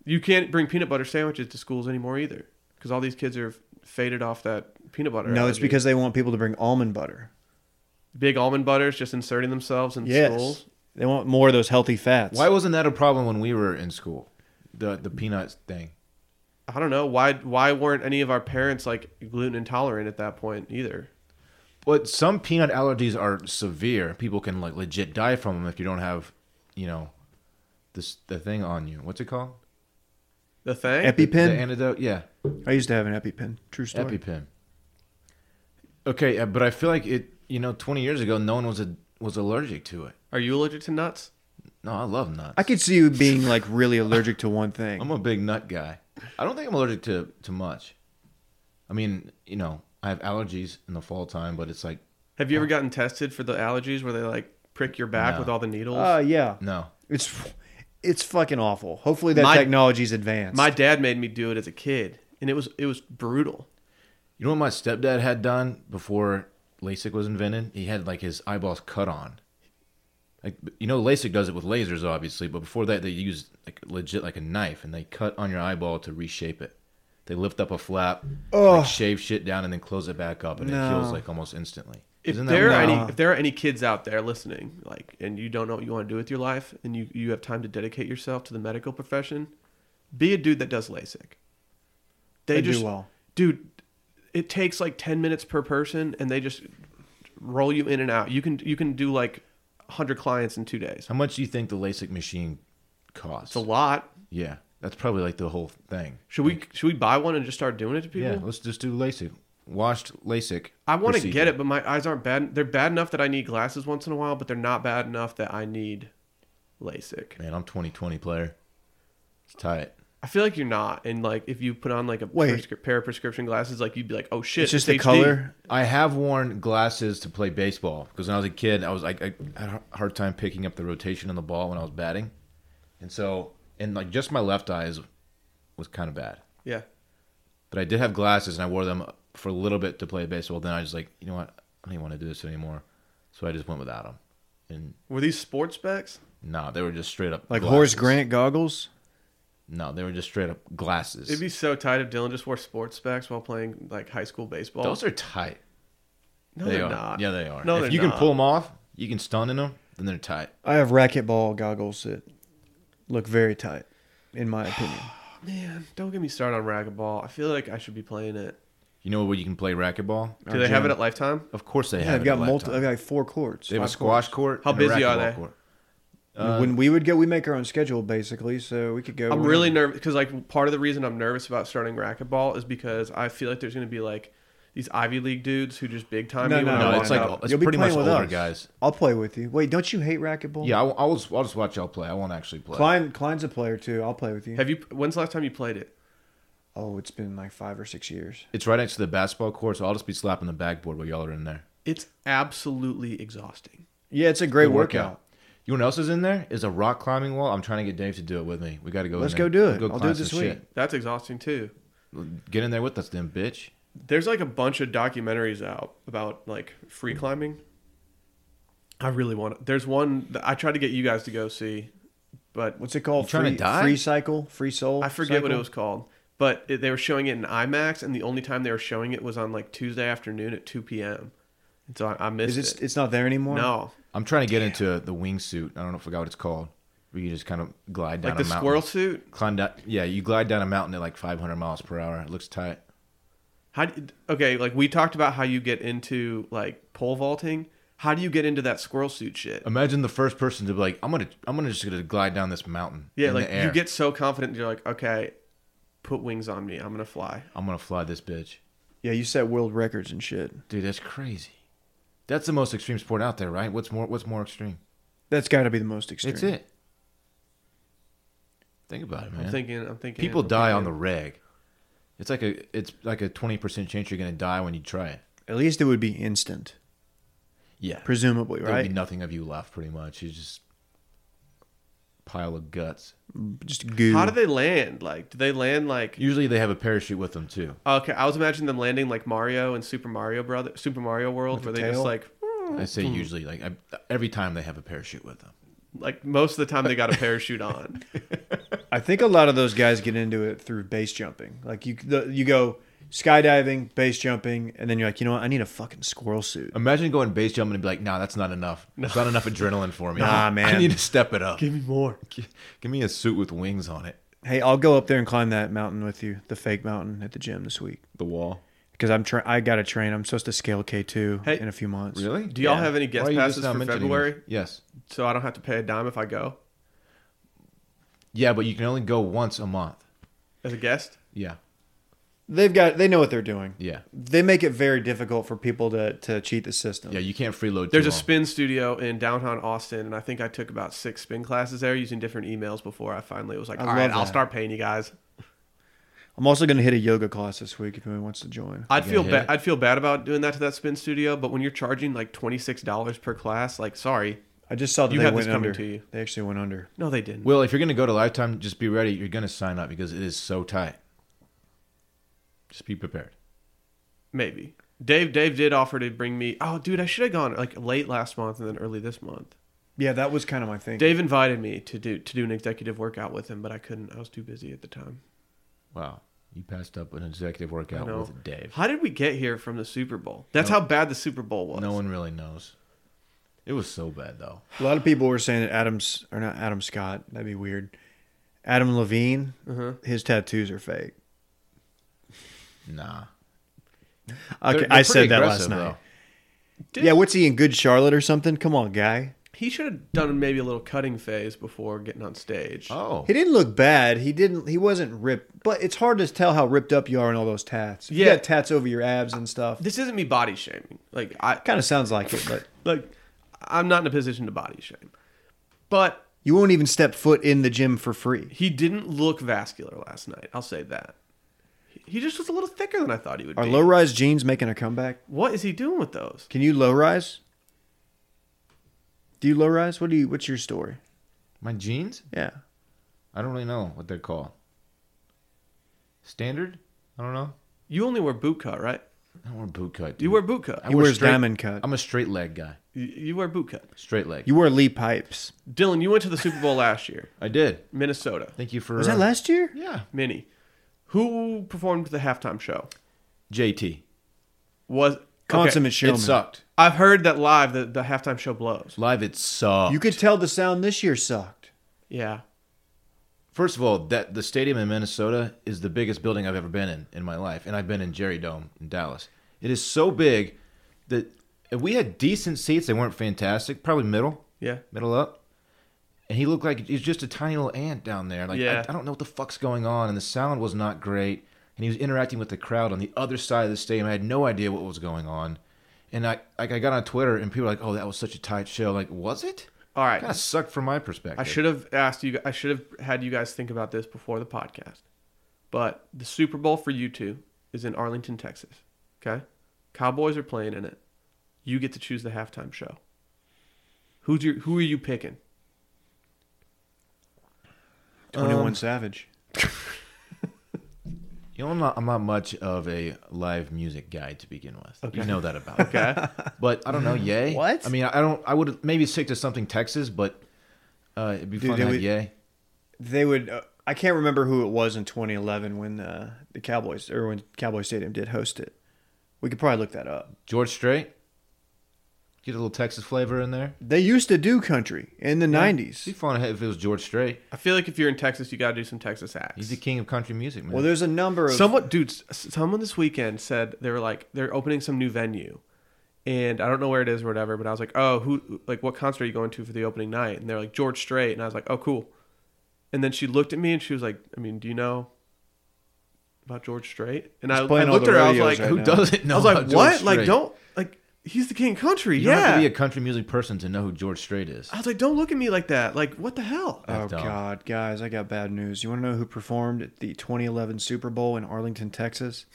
Speaker 1: You can't bring peanut butter sandwiches to schools anymore either, because all these kids are faded off that peanut butter.
Speaker 2: No, it's
Speaker 1: allergy.
Speaker 2: because they want people to bring almond butter.
Speaker 1: big almond butters just inserting themselves in
Speaker 2: Yes.
Speaker 1: schools.
Speaker 2: They want more of those healthy fats.
Speaker 3: Why wasn't that a problem when we were in school? The the peanuts thing.
Speaker 1: I don't know why. Why weren't any of our parents like gluten intolerant at that point either?
Speaker 3: But some peanut allergies are severe. People can like legit die from them if you don't have, you know, this the thing on you. What's it called?
Speaker 1: The thing.
Speaker 3: The
Speaker 2: EpiPen?
Speaker 3: antidote. Yeah,
Speaker 2: I used to have an EpiPen. True story.
Speaker 3: EpiPen. Okay, uh, but I feel like it. You know, twenty years ago, no one was a, was allergic to it.
Speaker 1: are you allergic to nuts?
Speaker 3: No, I love nuts.
Speaker 2: I could see you being like really allergic to one thing.
Speaker 3: I'm a big nut guy. I don't think I'm allergic to to much. I mean, you know, I have allergies in the fall time, but it's like
Speaker 1: Have you ever gotten tested for the allergies where they like prick your back
Speaker 3: No.
Speaker 1: with all the needles?
Speaker 2: Uh, yeah.
Speaker 3: no.
Speaker 2: It's it's fucking awful. Hopefully that
Speaker 1: My-
Speaker 2: technology's advanced.
Speaker 1: My dad made me do it as a kid, and it was it was brutal.
Speaker 3: You know what my stepdad had done before LASIK was invented? He had like his eyeballs cut on. Like you know, LASIK does it with lasers, obviously, but before that, they used like legit like a knife and they cut on your eyeball to reshape it. They lift up a flap,
Speaker 2: Ugh.
Speaker 3: like, shave shit down, and then close it back up, and
Speaker 2: No.
Speaker 3: it heals like almost instantly.
Speaker 1: If
Speaker 3: Isn't that
Speaker 1: there are
Speaker 3: weird?
Speaker 1: any
Speaker 2: Nah.
Speaker 1: if there are any kids out there listening, like and you don't know what you want to do with your life and you, you have time to dedicate yourself to the medical profession, be a dude that does LASIK. They,
Speaker 2: They do
Speaker 1: just
Speaker 2: well.
Speaker 1: dude, it takes like ten minutes per person and they just roll you in and out. You can you can do like hundred clients in two days.
Speaker 3: How much do you think the LASIK machine costs?
Speaker 1: It's a lot.
Speaker 3: Yeah, that's probably like the whole thing.
Speaker 1: Should we should we buy one and just start doing it to people?
Speaker 3: Yeah, let's just do LASIK. Washed LASIK.
Speaker 1: I want to
Speaker 3: procedure.
Speaker 1: get it, but my eyes aren't bad. They're bad enough that I need glasses once in a while, but they're not bad enough that I need LASIK.
Speaker 3: Man, I'm 2020 player. Let's tie it.
Speaker 1: I feel like you're not. And like, if you put on like a
Speaker 2: Wait.
Speaker 1: prescri- pair of prescription glasses, like you'd be like, oh shit,
Speaker 2: it's just the
Speaker 1: HD.
Speaker 2: color.
Speaker 3: I have worn glasses to play baseball because when I was a kid, I was like, I had a hard time picking up the rotation on the ball when I was batting, and so and like just my left eye is, was kind of bad.
Speaker 1: Yeah,
Speaker 3: But I did have glasses and I wore them for a little bit to play baseball. Then I just like, you know what, I don't even want to do this anymore, so I just went without them. And
Speaker 1: were these sports specs?
Speaker 3: no, they were just straight up
Speaker 2: Like
Speaker 3: glasses.
Speaker 2: Horace Grant goggles.
Speaker 3: No, they were just straight up glasses.
Speaker 1: It'd be so tight if Dylan just wore sports specs while playing like high school baseball.
Speaker 3: Those are tight.
Speaker 1: no,
Speaker 3: they
Speaker 1: they are
Speaker 3: are
Speaker 1: not.
Speaker 3: Yeah, they are.
Speaker 1: No, they're
Speaker 3: if you
Speaker 1: not.
Speaker 3: can pull them off, you can stun in them, then they're tight.
Speaker 2: I have racquetball goggles that look very tight, in my opinion.
Speaker 1: Man, don't get me started on racquetball. I feel like I should be playing it.
Speaker 3: You know where you can play racquetball?
Speaker 1: Do they have it at Lifetime?
Speaker 3: Of course [sighs] they
Speaker 2: Yeah,
Speaker 3: have.
Speaker 2: I've
Speaker 3: it
Speaker 2: got
Speaker 3: at
Speaker 2: multi.
Speaker 3: Lifetime.
Speaker 2: I've got like four courts.
Speaker 3: They have a
Speaker 2: five
Speaker 3: squash uh,
Speaker 2: courts.
Speaker 3: court.
Speaker 1: How
Speaker 3: and a
Speaker 1: busy are
Speaker 3: racquetball
Speaker 1: they?
Speaker 3: Court.
Speaker 2: when we would go, we make our own schedule basically, so we could go.
Speaker 1: I'm
Speaker 2: whenever.
Speaker 1: really nervous because like part of the reason I'm nervous about starting racquetball is because I feel like there's going to be like these Ivy League dudes who just big time.
Speaker 2: No,
Speaker 1: me
Speaker 2: no,
Speaker 1: when
Speaker 2: no,
Speaker 1: I
Speaker 3: No,
Speaker 1: walk
Speaker 3: it's like
Speaker 1: up.
Speaker 3: it's
Speaker 2: You'll be
Speaker 3: pretty much
Speaker 2: playing with
Speaker 3: older
Speaker 2: us.
Speaker 3: guys.
Speaker 2: I'll play with you. Wait, don't you hate racquetball?
Speaker 3: Yeah, I'll, I'll, just, I'll just watch y'all play. I won't actually play.
Speaker 2: Klein Klein's a player too. I'll play with you.
Speaker 1: Have you? When's the last time you played it?
Speaker 2: oh, it's been like five or six years.
Speaker 3: It's right next to the basketball court, so I'll just be slapping the backboard while y'all are in there.
Speaker 1: It's absolutely exhausting.
Speaker 2: Yeah, it's a great
Speaker 3: Good
Speaker 2: workout.
Speaker 3: You know what else is in there? Is a rock climbing wall. I'm trying to get Dave to do it with me. We got to go. in
Speaker 2: Let's
Speaker 3: there.
Speaker 2: go do
Speaker 3: We'll
Speaker 2: it. I'll do
Speaker 3: climb
Speaker 2: it this
Speaker 3: some shit.
Speaker 1: That's exhausting too.
Speaker 3: Get in there with us, then, bitch.
Speaker 1: There's like a bunch of documentaries out about like free climbing. I really want. It. There's one that I tried to get you guys to go see, but
Speaker 2: What's it called?
Speaker 3: You trying to
Speaker 2: free,
Speaker 3: die?
Speaker 2: free cycle, free soul.
Speaker 1: I forget what it
Speaker 2: Cycle?
Speaker 1: was called. But it, they were showing it in IMAX, and the only time they were showing it was on like Tuesday afternoon at 2 p.m. And so I, I missed
Speaker 2: Is
Speaker 1: it.
Speaker 2: it? It's not there anymore.
Speaker 1: No,
Speaker 3: I'm trying to get into the wingsuit. I don't know. forgot what it's called. Where you just kind of glide down
Speaker 1: like
Speaker 3: a
Speaker 1: the
Speaker 3: mountain.
Speaker 1: squirrel suit.
Speaker 3: Climb down. Yeah, you glide down a mountain at like 500 miles per hour. It looks tight.
Speaker 1: How? Do, okay, like we talked about how you get into like pole vaulting. How do you get into that squirrel suit shit?
Speaker 3: Imagine the first person to be like, I'm gonna, I'm gonna just gonna glide down this mountain.
Speaker 1: Yeah,
Speaker 3: in
Speaker 1: like
Speaker 3: the air.
Speaker 1: you get so confident, you're like, okay, put wings on me, I'm gonna fly.
Speaker 3: I'm gonna fly this bitch,
Speaker 2: Yeah, you set world records and shit.
Speaker 3: dude. That's crazy. That's the most extreme sport out there, right? What's more, what's more extreme?
Speaker 2: That's got to be the most extreme.
Speaker 3: That's it. Think about it, man.
Speaker 1: I'm thinking, I'm thinking.
Speaker 3: People
Speaker 1: I'm
Speaker 3: die on the
Speaker 1: thinking.
Speaker 3: reg. It's like a, it's like a 20 percent chance you're gonna die when you try it.
Speaker 2: At least it would be instant,
Speaker 3: Yeah,
Speaker 2: presumably,
Speaker 3: there'll
Speaker 2: right?
Speaker 3: be nothing of you left, pretty much. It's just pile of guts.
Speaker 2: Just goo.
Speaker 1: How do they land? Like, do they land like?
Speaker 3: Usually they have a parachute with them too.
Speaker 1: Okay, I was imagining them landing like Mario and Super Mario Brother, Super Mario World,
Speaker 2: With
Speaker 1: where
Speaker 2: the
Speaker 1: they
Speaker 2: tail?
Speaker 1: just like,
Speaker 3: I say usually, like I, every time they have a parachute with them.
Speaker 1: like most of the time they got a parachute on.
Speaker 2: I think a lot of those guys get into it through base jumping. Like you, the, you go skydiving, base jumping, and then you're like, you know what? I need a fucking squirrel suit.
Speaker 3: Imagine going base jumping and be like, nah, that's not enough. That's not enough adrenaline for me.
Speaker 2: Nah,
Speaker 3: [laughs] I-
Speaker 2: man.
Speaker 3: I need to step it up. Give,
Speaker 1: me more.
Speaker 3: give me a suit with wings on it.
Speaker 2: Hey, I'll go up there and climb that mountain with you, the fake mountain at the gym this week,
Speaker 3: The wall.
Speaker 2: because I'm trying. I got to train. I'm supposed to scale K2
Speaker 1: Hey,
Speaker 2: in a few months.
Speaker 3: Really?
Speaker 1: Do y'all have any guest
Speaker 3: Why are you just
Speaker 1: passes
Speaker 3: not
Speaker 1: for
Speaker 3: mentioning
Speaker 1: February?
Speaker 3: this? Yes.
Speaker 1: So I don't have to pay a dime if I go
Speaker 3: Yeah, but you can only go once a month.
Speaker 1: as a guest.
Speaker 3: Yeah.
Speaker 2: They've got they know what they're doing.
Speaker 3: Yeah.
Speaker 2: They make it very difficult for people to to cheat the system.
Speaker 3: Yeah, you can't freeload.
Speaker 1: There's
Speaker 3: too
Speaker 1: a
Speaker 3: long.
Speaker 1: spin studio in downtown Austin, and I think I took about six spin classes there using different emails before I finally was like,
Speaker 2: I
Speaker 1: all right,
Speaker 2: love
Speaker 1: I'll
Speaker 2: that.
Speaker 1: start paying you guys.
Speaker 2: I'm also going to hit a yoga class this week if anyone wants to join.
Speaker 1: I'd
Speaker 3: You
Speaker 1: feel
Speaker 3: gonna hit
Speaker 1: bad.
Speaker 3: it?
Speaker 1: I'd feel bad about doing that to that spin studio, but when you're charging like twenty six dollars per class, like sorry,
Speaker 2: I just saw that
Speaker 1: You
Speaker 2: they
Speaker 1: had this
Speaker 2: went
Speaker 1: coming
Speaker 2: under.
Speaker 1: to you.
Speaker 2: They actually went under.
Speaker 1: no, they didn't.
Speaker 3: Will, if you're gonna go to Lifetime, just be ready. You're gonna sign up because it is so tight. Just be prepared.
Speaker 1: Maybe Dave. Dave did offer to bring me. Oh, dude, I should have gone like late last month and then early this month.
Speaker 2: Yeah, that was kind of my thing.
Speaker 1: Dave invited me to do to do an executive workout with him, but I couldn't. I was too busy at the time.
Speaker 3: Wow, you passed up an executive workout
Speaker 1: No.
Speaker 3: with Dave.
Speaker 1: How did we get here from the Super Bowl? That's
Speaker 3: No-
Speaker 1: how bad the Super Bowl was.
Speaker 3: No one really knows. It was so bad though.
Speaker 2: A lot of people were saying that Adam's or not Adam Scott. That'd be weird. Adam Levine,
Speaker 1: Uh-huh.
Speaker 2: his tattoos are fake.
Speaker 3: Nah.
Speaker 2: Okay,
Speaker 3: They're- they're
Speaker 2: I said
Speaker 3: pretty
Speaker 2: that last
Speaker 3: aggressive,
Speaker 2: night.
Speaker 1: Dude.
Speaker 2: Yeah, what's he in Good Charlotte or something? Come on, guy.
Speaker 1: He should have done maybe a little cutting phase before getting on stage.
Speaker 3: though. Oh,
Speaker 2: He didn't look bad. He didn't. He wasn't ripped, but it's hard to tell how ripped up you are in all those tats. If You
Speaker 1: Yeah.
Speaker 2: got tats over your abs and stuff.
Speaker 1: This isn't me body shaming. Like I
Speaker 2: Kind of sounds like it, but
Speaker 1: like I'm not in a position to body shame. But
Speaker 2: you won't even step foot in the gym for free.
Speaker 1: he didn't look vascular last night. I'll say that. He just was a little thicker than I thought he would
Speaker 2: Are
Speaker 1: be.
Speaker 2: low rise jeans making a comeback?
Speaker 1: what is he doing with those?
Speaker 2: Can you low rise? Do you low rise? What do you? What's your story?
Speaker 3: my jeans?
Speaker 2: Yeah.
Speaker 3: I don't really know what they're called. Standard? I don't know.
Speaker 1: You only wear boot cut, right?
Speaker 3: I don't wear boot cut.
Speaker 1: You
Speaker 3: dude.
Speaker 1: wear boot cut.
Speaker 3: I
Speaker 2: He
Speaker 3: wear
Speaker 2: wears
Speaker 3: straight-
Speaker 2: diamond cut.
Speaker 3: I'm a straight leg guy.
Speaker 1: You, you wear boot cut.
Speaker 3: Straight leg.
Speaker 2: You wear Lee pipes.
Speaker 1: Dylan, you went to the Super Bowl last year,
Speaker 3: I did.
Speaker 1: Minnesota.
Speaker 3: Thank you for.
Speaker 2: Was that
Speaker 3: uh,
Speaker 2: last year?
Speaker 3: Yeah.
Speaker 1: Mini. Who performed the halftime show?
Speaker 3: JT.
Speaker 1: Was okay,
Speaker 2: Consummate
Speaker 3: It
Speaker 2: showman.
Speaker 3: sucked.
Speaker 1: I've heard that live the, the halftime show blows.
Speaker 3: Live, it sucked.
Speaker 2: You could tell the sound this year sucked.
Speaker 1: Yeah.
Speaker 3: First of all, that the stadium in Minnesota is the biggest building I've ever been in in my life, and I've been in Jerry Dome in Dallas. It is so big that and we had decent seats. They weren't fantastic, probably middle,
Speaker 1: Yeah.
Speaker 3: middle up. And he looked like he's just a tiny little ant down there. Like
Speaker 1: Yeah.
Speaker 3: I, I don't know what the fuck's going on, and the sound was not great. And he was interacting with the crowd on the other side of the stadium. I had no idea what was going on. And I like I got on Twitter, and people were like, "Oh, that was such a tight show." Like, was it?
Speaker 1: All right.
Speaker 3: Kind of sucked from my perspective.
Speaker 1: I should have asked you. I should have had you guys think about this before the podcast. But the Super Bowl for you two is in Arlington, Texas. Okay, Cowboys are playing in it. You get to choose the halftime show. Who's your? Who are you picking?
Speaker 2: Twenty One Savage.
Speaker 3: You know, I'm not, I'm not much of a live music guy to begin with. You
Speaker 1: Okay.
Speaker 3: know that about. okay.
Speaker 1: Okay,
Speaker 3: But I
Speaker 2: [laughs]
Speaker 3: don't know, yay.
Speaker 2: What?
Speaker 3: I mean, I don't. I would maybe stick to something Texas, but uh, it'd be
Speaker 2: Dude,
Speaker 3: fun
Speaker 2: they
Speaker 3: to have
Speaker 2: would-
Speaker 3: yay.
Speaker 2: They would. Uh, I can't remember who it was in 2011 when uh, the Cowboys or when Cowboy Stadium did host it. We could probably look that up.
Speaker 3: George Strait. Get a little Texas flavor in there.
Speaker 2: They used to do country in the
Speaker 3: It'd be
Speaker 2: 90s.
Speaker 3: fun to have if it was George Strait.
Speaker 1: I feel like if you're in Texas, you got to do some Texas acts.
Speaker 3: He's the king of country music, man.
Speaker 2: Well, there's a number of
Speaker 1: Someone, dude, s- someone this weekend said they were like they're opening some new venue, and I don't know where it is or whatever. But I was like, oh, who, like, what concert are you going to for the opening night? And they're like George Strait, and I was like, oh, cool. And then she looked at me and she was like, I mean, do you know about George Strait? And I, I
Speaker 2: playing all
Speaker 1: looked
Speaker 2: the
Speaker 1: at her, I was like,
Speaker 2: radios
Speaker 3: Who
Speaker 2: right [laughs] now.
Speaker 3: [laughs] doesn't know?
Speaker 1: I was like,
Speaker 3: about George
Speaker 1: what? Like,
Speaker 3: Strait?
Speaker 1: don't like he's the king of country.
Speaker 3: You
Speaker 1: yeah.
Speaker 3: don't have to be a country music person to know who George Strait is.
Speaker 2: Ah.
Speaker 1: I was like, don't look at me like that. Like, what the hell?
Speaker 2: Oh
Speaker 3: That's dumb.
Speaker 2: God, guys, I got bad news. You want to know who performed at the 2011 Super Bowl in
Speaker 1: [laughs]
Speaker 2: Arlington, Texas?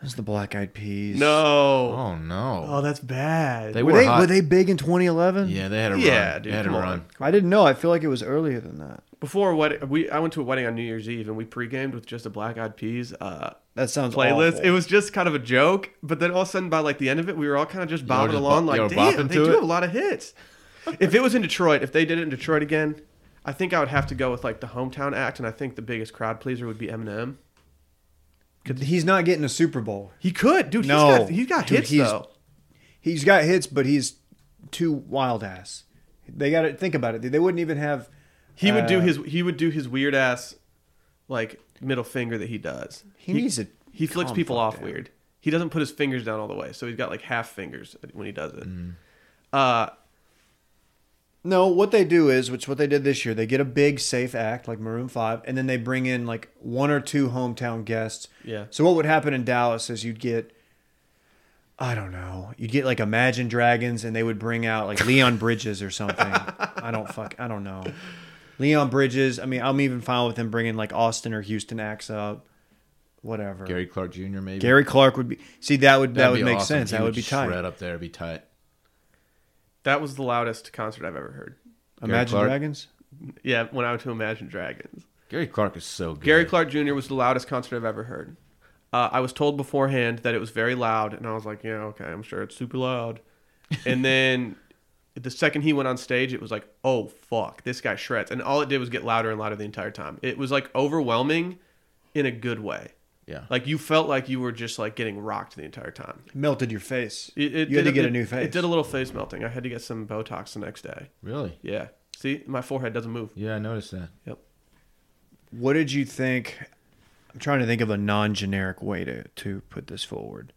Speaker 2: That's the Black Eyed Peas.
Speaker 1: No.
Speaker 3: Oh no.
Speaker 1: Oh, that's bad.
Speaker 3: They
Speaker 2: were,
Speaker 3: were
Speaker 2: they
Speaker 3: hot.
Speaker 2: were they big in 2011?
Speaker 3: yeah, they had a
Speaker 1: Yeah,
Speaker 3: run.
Speaker 1: dude,
Speaker 3: they had a
Speaker 1: come on.
Speaker 3: run.
Speaker 2: I didn't know. I feel like it was earlier than that.
Speaker 1: Before a wedding, we I went to a wedding on New Year's Eve and we pre-gamed with just a Black Eyed Peas. Uh,
Speaker 2: That sounds
Speaker 1: playlist.
Speaker 2: awful.
Speaker 1: It was just kind of a joke, but then all of a sudden, by like the end of it, we were all kind of just
Speaker 3: all
Speaker 1: bobbing
Speaker 3: just
Speaker 1: along,
Speaker 3: bop-
Speaker 1: like,
Speaker 3: y'all were
Speaker 1: damn,
Speaker 3: bopping
Speaker 1: they
Speaker 3: to
Speaker 1: do
Speaker 3: it?"
Speaker 1: have a lot of hits. if it was in Detroit, if they did it in Detroit again, I think I would have to go with like the hometown act, and I think the biggest crowd pleaser would be Eminem.
Speaker 2: He's not getting a Super Bowl.
Speaker 1: He could, dude.
Speaker 2: No.
Speaker 1: he's got, he's got
Speaker 2: Dude,
Speaker 1: hits
Speaker 2: he's-
Speaker 1: though.
Speaker 2: He's got hits, but he's too wild ass. They got to think about it. They wouldn't even have.
Speaker 1: He would do
Speaker 2: uh,
Speaker 1: his he would do his weird ass like middle finger that he does.
Speaker 2: He needs to
Speaker 1: He flicks
Speaker 2: calm
Speaker 1: people
Speaker 2: fuck
Speaker 1: off
Speaker 2: down.
Speaker 1: weird. He doesn't put his fingers
Speaker 2: Mm.
Speaker 1: down all the way, so he's got like half fingers when he does it. Uh,
Speaker 2: No, what they do is, which what they did this year, they get a big safe act like Maroon Five, and then they bring in like one or two hometown guests.
Speaker 1: Yeah.
Speaker 2: So what would happen in Dallas is you'd get, I don't know, you'd get like Imagine Dragons, and they would bring out like Leon Bridges or
Speaker 1: [laughs]
Speaker 2: something. I don't fuck, I don't know. Leon Bridges. I mean, I'm even fine with them bringing like Austin or Houston acts up, whatever.
Speaker 3: Gary Clark Jr. Maybe
Speaker 2: Gary Clark would be. See, that would that
Speaker 3: That'd
Speaker 2: would
Speaker 3: be
Speaker 2: make
Speaker 3: awesome.
Speaker 2: sense.
Speaker 3: He
Speaker 2: That would be tight.
Speaker 3: Shred up there, it'd be tight.
Speaker 1: That was the loudest concert I've ever heard.
Speaker 3: Gary
Speaker 2: Imagine
Speaker 3: Clark.
Speaker 2: Dragons.
Speaker 1: Yeah, when I went to Imagine Dragons.
Speaker 3: Gary Clark is so good.
Speaker 1: Gary Clark Jr. was the loudest concert I've ever heard. Uh, I was told beforehand that it was very loud, and I was like, yeah, okay, I'm sure it's super loud.
Speaker 2: [laughs]
Speaker 1: And then the second he went on stage, it was like, oh, fuck, this guy shreds. And all it did was get louder and louder the entire time. It was like overwhelming in a good way.
Speaker 3: Yeah.
Speaker 1: Like you felt like you were just like getting rocked the entire time.
Speaker 2: Melted your face.
Speaker 1: It, it
Speaker 2: you had
Speaker 1: did
Speaker 2: to get
Speaker 1: it-
Speaker 2: a new face.
Speaker 1: It did a little face melting. I had to get some Botox the next day.
Speaker 3: Really?
Speaker 1: Yeah. See, my forehead doesn't move.
Speaker 3: Yeah, I noticed that.
Speaker 1: Yep.
Speaker 2: What did you think? I'm trying to think of a non-generic way to to put this forward.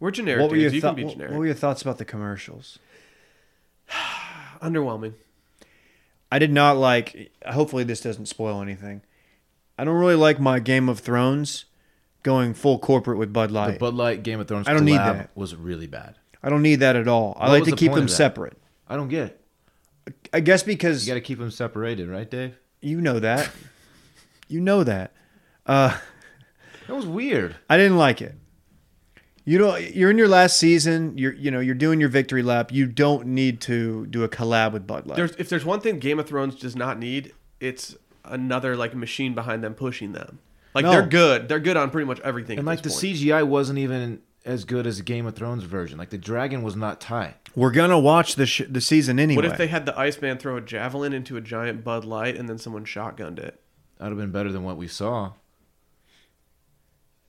Speaker 1: We're generic
Speaker 2: what were your
Speaker 1: dudes. You
Speaker 2: thou-
Speaker 1: can be
Speaker 2: what-
Speaker 1: generic.
Speaker 2: What were your thoughts about the commercials?
Speaker 1: Underwhelming.
Speaker 2: I did not like. Hopefully, this doesn't spoil anything. I don't really like my Game of Thrones going full corporate with Bud
Speaker 3: The
Speaker 2: Light.
Speaker 3: Bud Light Game of Thrones
Speaker 2: I don't need
Speaker 3: collab
Speaker 2: that.
Speaker 3: was really bad.
Speaker 2: I don't need that at all. I
Speaker 3: What
Speaker 2: like
Speaker 3: was
Speaker 2: to
Speaker 3: the
Speaker 2: keep
Speaker 3: point
Speaker 2: them
Speaker 3: of that?
Speaker 2: separate.
Speaker 3: I don't get it.
Speaker 2: I guess because
Speaker 3: You got to keep them separated, right, Dave?
Speaker 2: you know that. you know that. Uh,
Speaker 3: That was weird.
Speaker 2: I didn't like it. You know, you're in your last season. You're, you know, you're doing your victory lap. You don't need to do a collab with Bud Light.
Speaker 1: There's if there's one thing Game of Thrones does not need, it's another like machine behind them pushing them. Like
Speaker 2: No.
Speaker 1: they're good. They're good on pretty much everything.
Speaker 3: And
Speaker 1: at
Speaker 3: like the
Speaker 1: this point.
Speaker 3: CGI wasn't even as good as the Game of Thrones version. Like the dragon was not tight.
Speaker 2: We're gonna watch the sh- the season anyway.
Speaker 1: What if they had the Iceman throw a javelin into a giant Bud Light and then someone shotgunned it?
Speaker 3: That'd have been better than what we saw.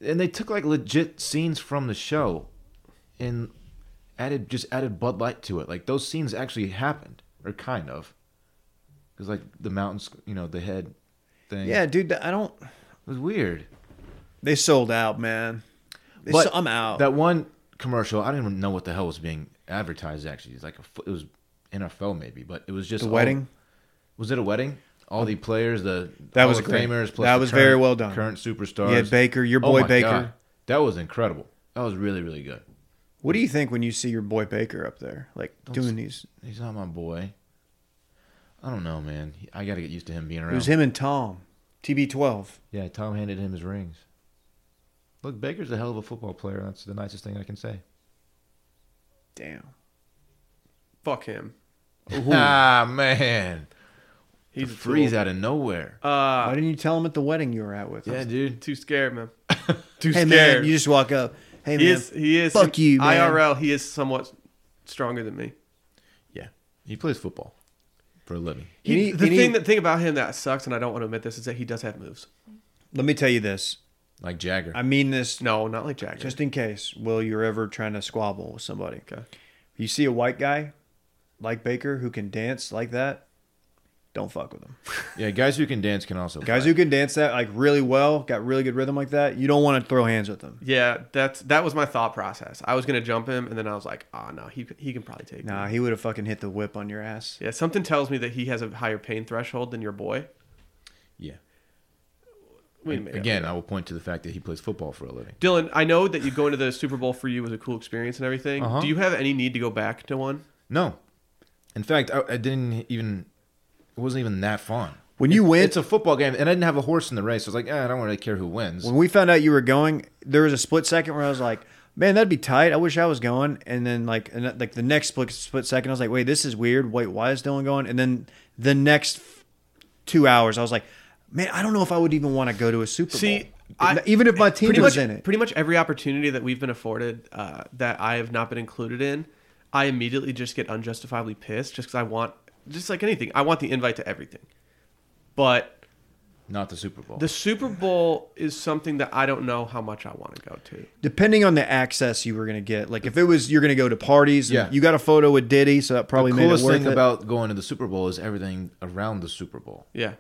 Speaker 3: And they took like legit scenes from the show, and added just added Bud Light to it. Like those scenes actually happened, or kind of, because like the mountains, you know, the head thing.
Speaker 2: Yeah, dude. I don't.
Speaker 3: it was weird.
Speaker 2: They sold out, man. They
Speaker 3: But
Speaker 2: so- I'm out.
Speaker 3: That one commercial, I didn't even know what the hell was being advertised. Actually, it's like a, fo- it was NFL maybe, but it was just
Speaker 2: The
Speaker 3: all-
Speaker 2: wedding?
Speaker 3: was it a wedding? All the players, the
Speaker 2: That
Speaker 3: Hall
Speaker 2: was
Speaker 3: of
Speaker 2: great.
Speaker 3: Famers, plus
Speaker 2: That
Speaker 3: the
Speaker 2: was
Speaker 3: current-
Speaker 2: very well done.
Speaker 3: Current superstars. Oh
Speaker 2: Yeah, Baker, your boy
Speaker 3: my
Speaker 2: Baker.
Speaker 3: that was incredible. That was really really good.
Speaker 2: what do you think when you see your boy Baker up there, like doing these?
Speaker 3: He's not my boy. I don't know, man. He- I got to get used to him being
Speaker 2: It
Speaker 3: around.
Speaker 2: was him and Tom, TB12.
Speaker 3: Yeah, Tom handed him his rings. Look, Baker's a hell of a football player. That's the nicest thing I can say.
Speaker 2: Damn.
Speaker 1: Fuck him.
Speaker 3: [laughs] Ah, man.
Speaker 1: He's a
Speaker 3: Freeze
Speaker 1: fool.
Speaker 3: out of nowhere.
Speaker 1: Uh,
Speaker 2: Why didn't you tell him at the wedding you were at with?
Speaker 3: yeah,
Speaker 2: him?
Speaker 3: dude.
Speaker 1: too scared, man. [laughs] Too
Speaker 2: Hey
Speaker 1: scared.
Speaker 2: man, you just walk up. Hey
Speaker 1: he
Speaker 2: man,
Speaker 1: is. He is.
Speaker 2: Fuck you, man.
Speaker 1: IRL. He is somewhat stronger than me.
Speaker 3: Yeah. He plays football for a living.
Speaker 1: He-
Speaker 2: Any-
Speaker 1: the
Speaker 2: any-
Speaker 1: thing that thing about him that sucks, and I don't want to admit this, is that he does have moves.
Speaker 2: let me tell you this.
Speaker 3: Like Jagger.
Speaker 2: I mean this
Speaker 1: No, not like Jagger.
Speaker 2: just in case. Will you're ever trying to squabble with somebody?
Speaker 1: Okay.
Speaker 2: You see a white guy like Baker who can dance like that. Don't fuck with [laughs] him.
Speaker 3: yeah, guys who can dance can also
Speaker 2: Guys
Speaker 3: fight.
Speaker 2: who can dance that like really well, got really good rhythm like that. You don't want to throw hands with them.
Speaker 1: Yeah, that's that was my thought process. I was gonna jump him, and then I was like, "Ah, no, he he can probably take."
Speaker 2: Nah,
Speaker 1: me.
Speaker 2: he would have fucking hit the whip on your ass.
Speaker 1: Yeah, something tells me that he has a higher pain threshold than your boy.
Speaker 3: Yeah.
Speaker 1: Wait a minute.
Speaker 3: Again, I will point to the fact that he plays football for a living.
Speaker 1: Dylan, I know that you going to the Super Bowl for you was a cool experience and everything.
Speaker 3: Uh-huh.
Speaker 1: Do you have any need to go back to one?
Speaker 3: No. In fact, I, I didn't even. It wasn't even that fun.
Speaker 2: When you went,
Speaker 3: It's a football game, and I didn't have a horse in the race. So I was like, eh, I don't really care who wins.
Speaker 2: when we found out you were going, there was a split second where I was like, "Man, that'd be tight. I wish I was going." And then like, and that- like the next split split second, I was like, "Wait, this is weird. Wait, why is Dylan going?" And then the next f- two hours, I was like, "Man, I don't know if I would even want to go to a Super
Speaker 1: See,
Speaker 2: Bowl,
Speaker 1: I-
Speaker 2: even if my team
Speaker 1: pretty
Speaker 2: was
Speaker 1: much,
Speaker 2: in it."
Speaker 1: Pretty much every opportunity that we've been afforded uh, that I have not been included in, I immediately just get unjustifiably pissed just because I want, just like anything, I want the invite to everything. But
Speaker 3: Not the Super Bowl.
Speaker 1: the Super Bowl is something that I don't know how much I want to go to.
Speaker 2: Depending on the access you were gonna get, like if it was you're gonna go to parties, and
Speaker 3: Yeah.
Speaker 2: you got a photo with Diddy, so that probably
Speaker 3: the
Speaker 2: made it
Speaker 3: coolest
Speaker 2: worth
Speaker 3: thing
Speaker 2: it.
Speaker 3: about going to the Super Bowl is everything around the Super Bowl.
Speaker 1: Yeah.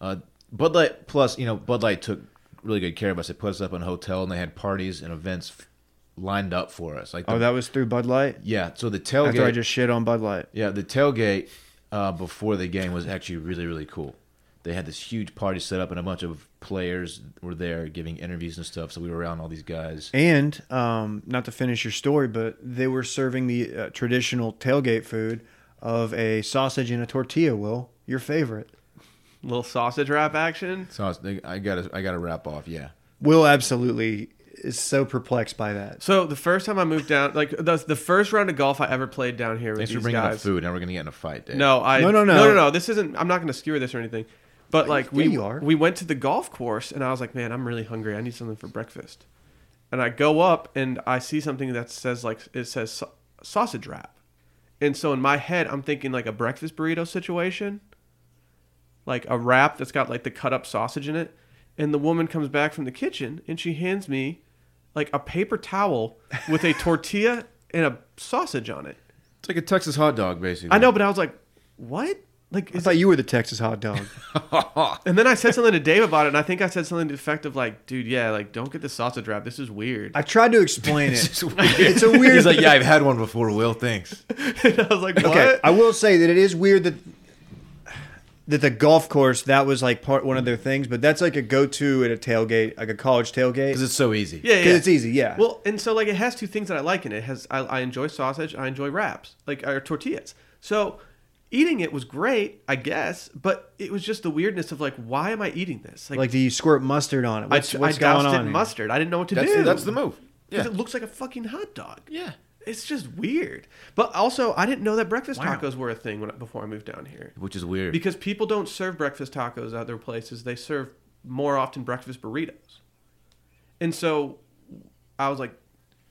Speaker 3: Uh, Bud Light plus, you know, Bud Light took really good care of us. They put us up in a hotel, and they had parties and events f- lined up
Speaker 1: Oh,
Speaker 3: for us. Like, the,
Speaker 2: oh, that was through Bud Light.
Speaker 3: yeah. So the
Speaker 2: After I
Speaker 3: tailgate,
Speaker 2: just shit on Bud Light.
Speaker 3: yeah, the tailgate uh, before the game was actually really really cool. They had this huge party set up, and a bunch of players were there giving interviews and stuff. So we were around all these guys.
Speaker 2: And um, not to finish your story, but they were serving the uh, traditional tailgate food of a sausage and a tortilla. Will your favorite?
Speaker 1: Little sausage wrap action.
Speaker 3: So I, was, I got to I got to wrap off. Yeah,
Speaker 2: Will absolutely is so perplexed by that.
Speaker 1: So the first time I moved down, like the, the first round of golf I ever played down here with
Speaker 3: thanks for
Speaker 1: these
Speaker 3: bringing
Speaker 1: guys.
Speaker 3: up food. Now we're gonna get in a fight, Dave.
Speaker 1: No, I
Speaker 2: No, no, no.
Speaker 1: no, no, no. This isn't. I'm not going to skewer this or anything. But like we
Speaker 2: you are.
Speaker 1: we went to the golf course and I was like, man, I'm really hungry. I need something for breakfast. And I go up and I see something that says like it says sa- sausage wrap, and so in my head I'm thinking like a breakfast burrito situation, like a wrap that's got like the cut up sausage in it. And the woman comes back from the kitchen and she hands me like a paper towel with a tortilla and a sausage on it.
Speaker 3: it's like a Texas hot dog, basically.
Speaker 1: I know, but I was like, what? Like
Speaker 2: I
Speaker 1: is
Speaker 2: thought you were the Texas
Speaker 1: [laughs]
Speaker 2: hot dog.
Speaker 1: And then I said something to Dave about it, and I think I said something to the effect of like, "Dude, yeah, like don't get the sausage wrap. This is weird." [laughs]
Speaker 2: I tried to explain it.
Speaker 3: It's weird.
Speaker 2: It's
Speaker 3: [laughs]
Speaker 2: a weird.
Speaker 3: He's
Speaker 2: [laughs]
Speaker 3: like, yeah, I've had one before. Will, thanks.
Speaker 1: And I was like, "What?"
Speaker 2: Okay, I will say that it is weird that that the golf course that was like part one of their things, but that's like a go-to at a tailgate, like a college tailgate.
Speaker 3: Because it's so easy.
Speaker 1: yeah, yeah,
Speaker 2: 'Cause
Speaker 1: yeah.
Speaker 2: it's easy, yeah.
Speaker 1: Well, and so like it has two things that I like in it. it has I, I enjoy sausage, I enjoy wraps, like or tortillas. So eating it was great, I guess, but it was just the weirdness of like, why am I eating this? Like,
Speaker 2: like, do you squirt mustard on it?
Speaker 1: I,
Speaker 2: What's, what's
Speaker 1: I
Speaker 2: going
Speaker 1: doused
Speaker 2: on?
Speaker 1: it in
Speaker 2: here?
Speaker 1: mustard. I didn't know what to
Speaker 3: That's,
Speaker 1: do.
Speaker 3: that's the move. Yeah.
Speaker 1: 'Cause it looks like a fucking hot dog.
Speaker 3: Yeah.
Speaker 1: It's just weird. But also, I didn't know that breakfast
Speaker 2: Wow.
Speaker 1: tacos were a thing when, I- before I moved down here.
Speaker 3: Which is weird.
Speaker 1: because people don't serve breakfast tacos at their places they serve more often breakfast burritos and so i was like